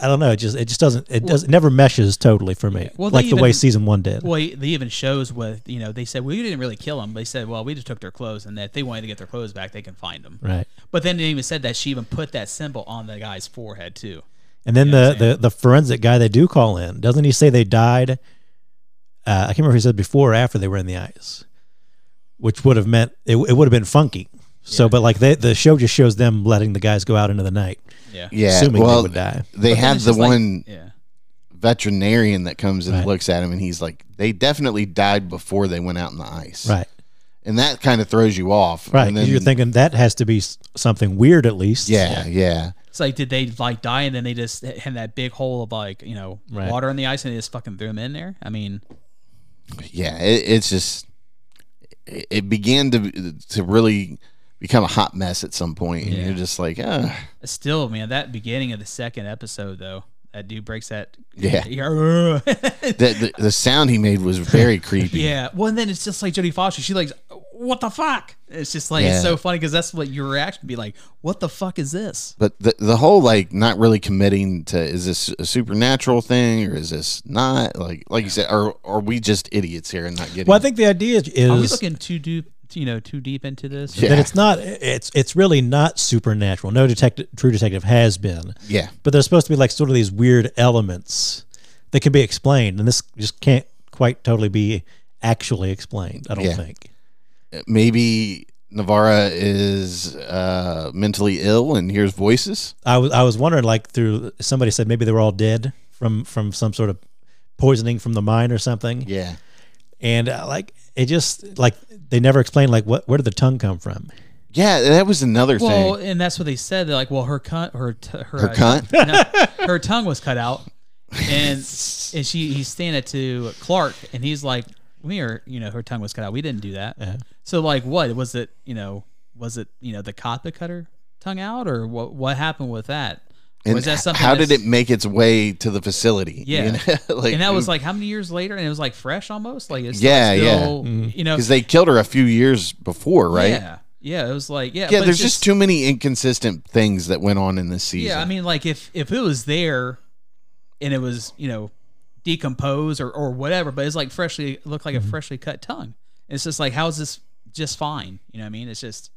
I don't know. It just it just doesn't it does it never meshes totally for me.
Well, they
like the way
even-
season one did.
Well, he- they even shows with you know they said well, we didn't really kill them. They said well we just took their clothes and that if they wanted to get their clothes back they can find them.
right.
But then it even said that she even put that symbol on the guy's forehead too.
And then the, the the forensic guy they do call in doesn't he say they died? Uh, I can't remember if he said before or after they were in the ice, which would have meant it, it would have been funky. So, but like they, the show just shows them letting the guys go out into the night,
Yeah.
assuming
well,
they would die.
they
But then
have
it's
the
just like-
one
Yeah.
veterinarian that comes and
Right.
looks at him, and he's like, "They definitely died before they went out in the ice."
Right,
and that kind of throws you off.
right.
And
'Cause you're thinking that has to be s- something weird at least.
yeah, yeah,
It's like, did they like die and then they just had that big hole of like, you know,
Right.
water in the ice and they just fucking threw them in there? I mean,
yeah. It, it's just it, it began to to really become a hot mess at some point, and
Yeah.
you're just like, ah,
still, man, that beginning of the second episode, though, that dude breaks that.
yeah.
Yeah.
The, the, the sound he made was very creepy.
yeah. Well, and then it's just like Jodie Foster. She like, what the fuck? It's just like,
Yeah.
it's so funny because that's what your reaction would be like, what the fuck is this?
But the the whole like not really committing to is this a supernatural thing or is this not like like you said are are we just idiots here and not getting?
Well, I think the idea is
Are we looking too deep, you know, too deep into this?
Yeah.
that it's not it's it's really not supernatural. No detective, true detective has been,
yeah,
but there's supposed to be like sort of these weird elements that can be explained, and this just can't quite totally be actually explained. I don't
Yeah.
think.
maybe Navara is uh, mentally ill and hears voices.
I was I was wondering like through somebody said maybe they were all dead from from some sort of poisoning from the mine or something,
Yeah,
and uh, like it just like they never explained like what where did the tongue come from?
yeah, that was another
Well,
thing.
and that's what they said. They're like, well, her cunt, her t- her
Her
uh,
cunt?
no, her tongue was cut out, and and she he's saying it to Clark, and he's like, we are, you know, her tongue was cut out. We didn't do that.
Uh-huh.
So like, what was it? You know, was it you know the cop that cut her tongue out, or what what happened with that?
And
was that something?
How did
that's-
it make its way to the facility?
Yeah.
know? like,
and that was like how many years later, and it was like fresh almost, like it's
Yeah,
like
yeah.
still, you know,
because they killed her a few years before, right? Yeah,
yeah, yeah. It was like yeah, but
there's
it's
just, too many inconsistent things that went on in this season.
Yeah, I mean, like if if it was there, and it was you know decomposed or or whatever, but it's like freshly it looked like a freshly cut tongue. It's just like how's this just fine? You know what I mean? It's just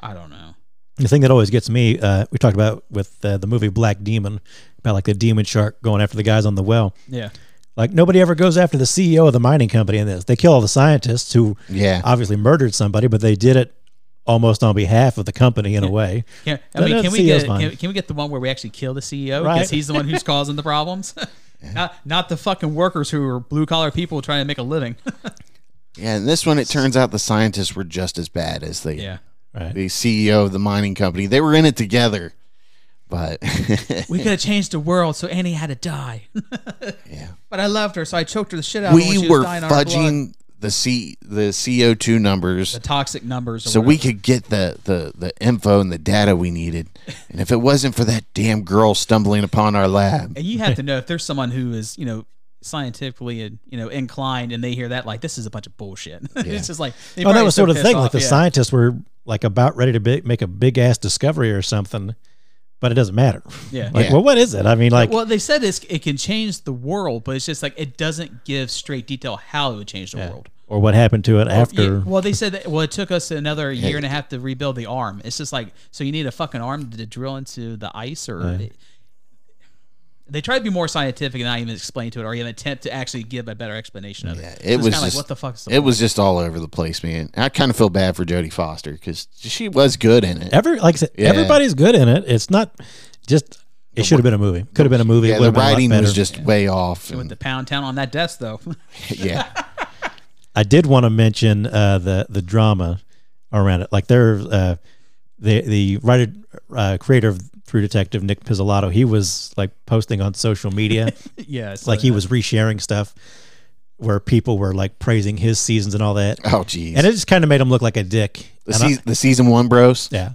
I don't know.
the thing that always gets me uh, we talked about with uh, the movie black demon about like the demon shark going after the guys on the well
Yeah,
like nobody ever goes after the ceo of the mining company in this they kill all the scientists who
Yeah.
obviously murdered somebody but they did it almost on behalf of the company in a way
yeah. I
No,
mean,
no,
can
the
we
CEO 's
get
fine.
can, can we get the one where we actually kill the CEO because
Right.
he's the one who's causing the problems? Not, not the fucking workers who are blue collar people trying to make a living.
yeah, and this one, it turns out the scientists were just as bad as the
yeah.
right
the CEO of the mining company. They were in it together, but
We could have changed the world so Annie had to die.
Yeah.
But I loved her, so I choked her the shit out of her. when
we
she was
were
dying on her blood.
fudging the C the CO two numbers
the toxic numbers. Or
so we
whatever.
could get the, the the info and the data we needed. And if it wasn't for that damn girl stumbling upon our lab,
and you have to know if there's someone who is you know scientifically uh, you know inclined and they hear that like this is a bunch of bullshit. it's just like
Oh, that was sort of the thing. like the
yeah.
scientists were like about ready to bi- make a big ass discovery or something, but it doesn't matter.
Yeah.
Like,
Yeah.
well, what is it? I mean, like,
well, they said this it can change the world, but it's just like it doesn't give straight detail how it would change the world.
or what happened to it after?
Yeah, well, they said that. Well, it took us another year and a half to rebuild the arm. It's just like so you need a fucking arm to drill into the ice, or they try to be more scientific and not even explain to it, or even attempt to actually give a better explanation of it.
it
So it's
was
kinda
just
like what the fuck. Is the
it was just all over the place, man. I kind of feel bad for Jodie Foster because she was good in it.
Every like I said,
Yeah.
everybody's good in it. It's not just. It should have been a movie. Could have been a movie.
Yeah,
It would
the
have been a lot
writing
better.
was just way off.
with
And,
the pound town on that desk though?
yeah,
I did want to mention uh, the the drama around it. Like there, uh, the the writer uh, creator of True Detective Nick Pizzolatto, he was like posting on social media,
yeah, so
like he was resharing stuff where people were like praising his seasons and all that,
oh geez,
and it just kind of made him look like a dick.
the,
And I-
seas the season one bros.
yeah,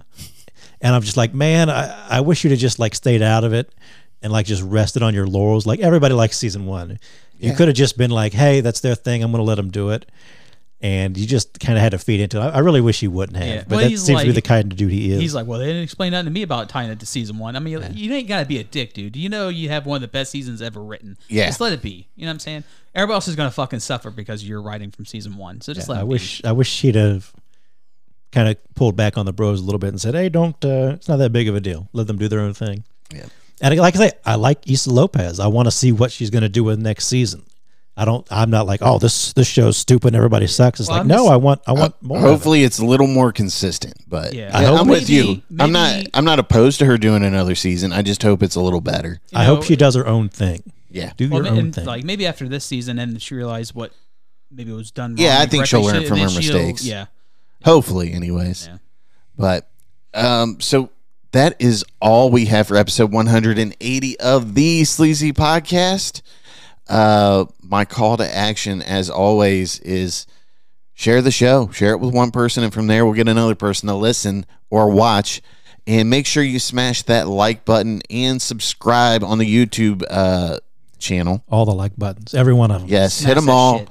and I'm just like, man, I, I wish you'd have just like stayed out of it and like just rested on your laurels. Like everybody likes season one. You could have just been like, hey, that's their thing. I'm gonna let them do it. And you just kind of had to feed into it. I, I really wish you wouldn't have,
Yeah.
but
Well,
that
he's
seems to be
like-
the kind of dude he is.
He's like, well, they didn't explain nothing to me about tying it to season one. I mean, you ain't gotta be a dick, dude. You know, you have one of the best seasons ever written.
Yeah.
just let it be. You know what I'm saying? Everybody else is gonna fucking suffer because you're writing from season one. So just let.
I
it be.
wish I wish he'd have kind of pulled back on the bros a little bit and said, hey, don't. Uh, it's not that big of a deal. Let them do their own thing.
Yeah.
And like I say, I like Issa Lopez. I want to see what she's going to do with next season. I don't. I'm not like, oh, this this show's stupid. and Everybody sucks. It's
Well,
like,
I'm
no,
just-
I want, I want more. Hopefully,
Hopefully, it's a little more consistent. But
Yeah.
yeah.
I
hope-
I'm with you.
Maybe-
I'm not.
maybe-
I'm not opposed to her doing another season. I just hope it's a little better.
you
I
know,
hope she does her own thing.
Yeah.
Do
Well,
your own
and,
thing.
like maybe after this season, and she realized what maybe was done. Wrong
Yeah, I
and
think she'll
correctly,
learn
she-
from
and
her
then she'll-
mistakes.
Yeah,
Hopefully, anyways.
Yeah.
But um, so that is all we have for episode 180 of the Sleazy Podcast. Uh, my call to action, as always, is share the show, share it with one person, and from there we'll get another person to listen or watch. And make sure you smash that like button and subscribe on the YouTube uh, channel.
all the like buttons, every one of them.
Yes, hit
Smash
them
that
all.
shit.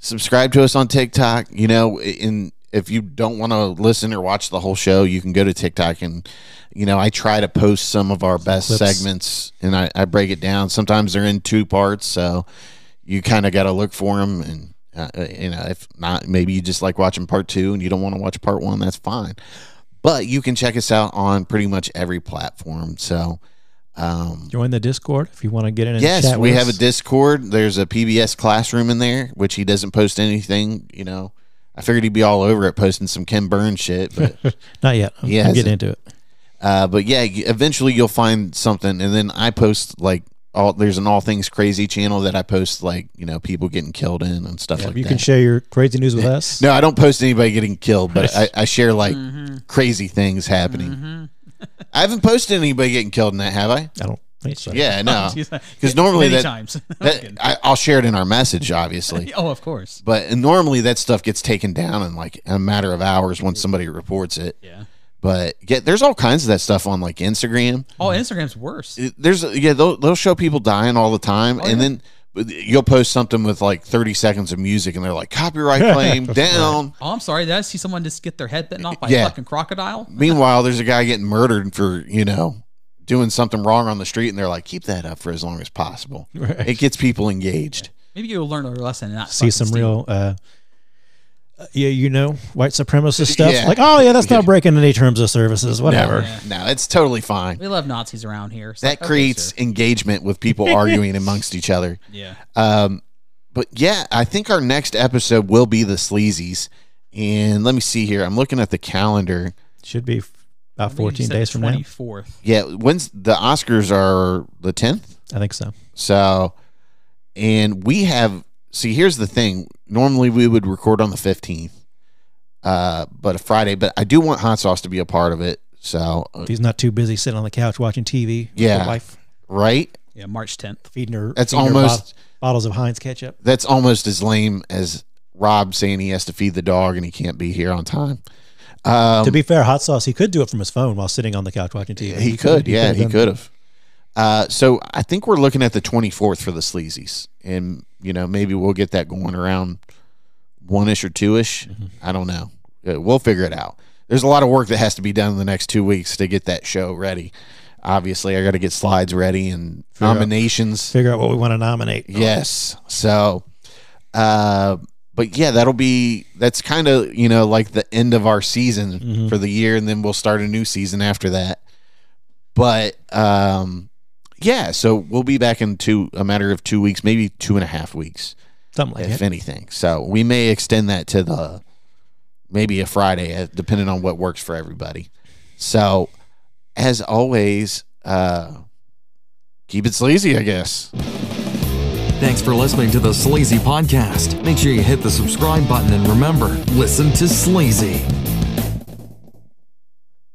Subscribe to us on TikTok. You know, in if you don't want to listen or watch the whole show, you can go to TikTok and you know I try to post some of our best
Clips.
segments and I, I break it down. Sometimes they're in two parts, so you kind of got to look for them. And uh, you know, if not, maybe you just like watching part two and you don't want to watch part one. That's fine. But you can check us out on pretty much every platform. So. Um,
Join the Discord if you want to get in. And
Yes,
chat
we
with
have a
us.
Discord. There's a PBS classroom in there, which he doesn't post anything. You know, I figured he'd be all over it posting some Ken Burns shit, but
Not yet. I'm,
Yes.
I'm getting into it.
uh, but yeah, you- eventually you'll find something, and then I post like all. There's an all things crazy channel that I post like you know people getting killed in and stuff like
you
that.
can share your crazy news with us.
no, I don't post anybody getting killed, but I, I share like crazy things happening. I haven't posted anybody getting killed in that, have I?
I don't think so.
Yeah, no,
Excuse me.
because Uh, normally
Many
that,
times. I'm
that
kidding.
I, I'll share it in our message, obviously.
oh, of course.
But and normally that stuff gets taken down in like a matter of hours once somebody reports it.
Yeah.
But yeah, there's all kinds of that stuff on like Instagram.
Oh, Instagram's worse.
Mm. It- There's yeah, they'll, they'll show people dying all the time,
Oh,
and then but you'll post something with like 30 seconds of music, and they're like copyright claim down.
Oh, I'm sorry. Did I see someone just get their head bitten off by
Yeah.
a fucking crocodile?
Meanwhile, there's a guy getting murdered for you know doing something wrong on the street, and they're like keep that up for as long as possible.
Right.
It gets people engaged.
Maybe you'll learn a lesson and not
see
fucking
some
steal.
real uh uh, yeah, you know, white supremacist stuff.
Yeah.
Like, oh yeah, that's not breaking any terms of services, whatever.
No, it's totally fine.
We love Nazis around here. It's
that
like, okay,
creates
sure.
engagement with people arguing amongst each other.
Yeah.
Um, but yeah, I think our next episode will be the Sleazies. And let me see here. I'm looking at the calendar.
Should be f- about 14 days from
Twenty fourth.
Yeah, when's the Oscars are the 10th?
now. I think so.
So, and we have, see, here's the thing. Normally we would record on the 15th, uh, but a Friday, but I do want Hot Sauce to be a part of it. So, uh,
If he's not too busy sitting on the couch watching TV. with
Yeah.
the wife
right?
Yeah, March tenth.
feeding her.
That's
feeding her
almost-
bot- bottles of Heinz ketchup.
That's almost as lame as Rob saying he has to feed the dog and he can't be here on time. Um,
to be fair, hot sauce. He could do it from his phone while sitting on the couch watching TV.
he could, yeah, he
done-
could have. Uh, so I think we're looking at the 24th for the Sleazies, and you know maybe we'll get that going around one ish or two ish.
Mm-hmm.
I don't know. Uh, We'll figure it out. There's a lot of work that has to be done in the next two weeks to get that show ready. Obviously, I got to get slides ready and
out-
nominations.
Figure out what we want to nominate.
Yes. So, uh, but yeah, that'll be that's kind of you know like the end of our season for the year, and then we'll start a new season after that. But um, yeah, so we'll be back in two a matter of two weeks, maybe two and a half weeks,
Something like
if
that.
anything. So we may extend that to the maybe a Friday, uh, depending on what works for everybody. So, as always, uh, keep it sleazy, I guess.
Thanks for listening to the Sleazy Podcast. Make sure you hit the subscribe button and remember, listen to Sleazy.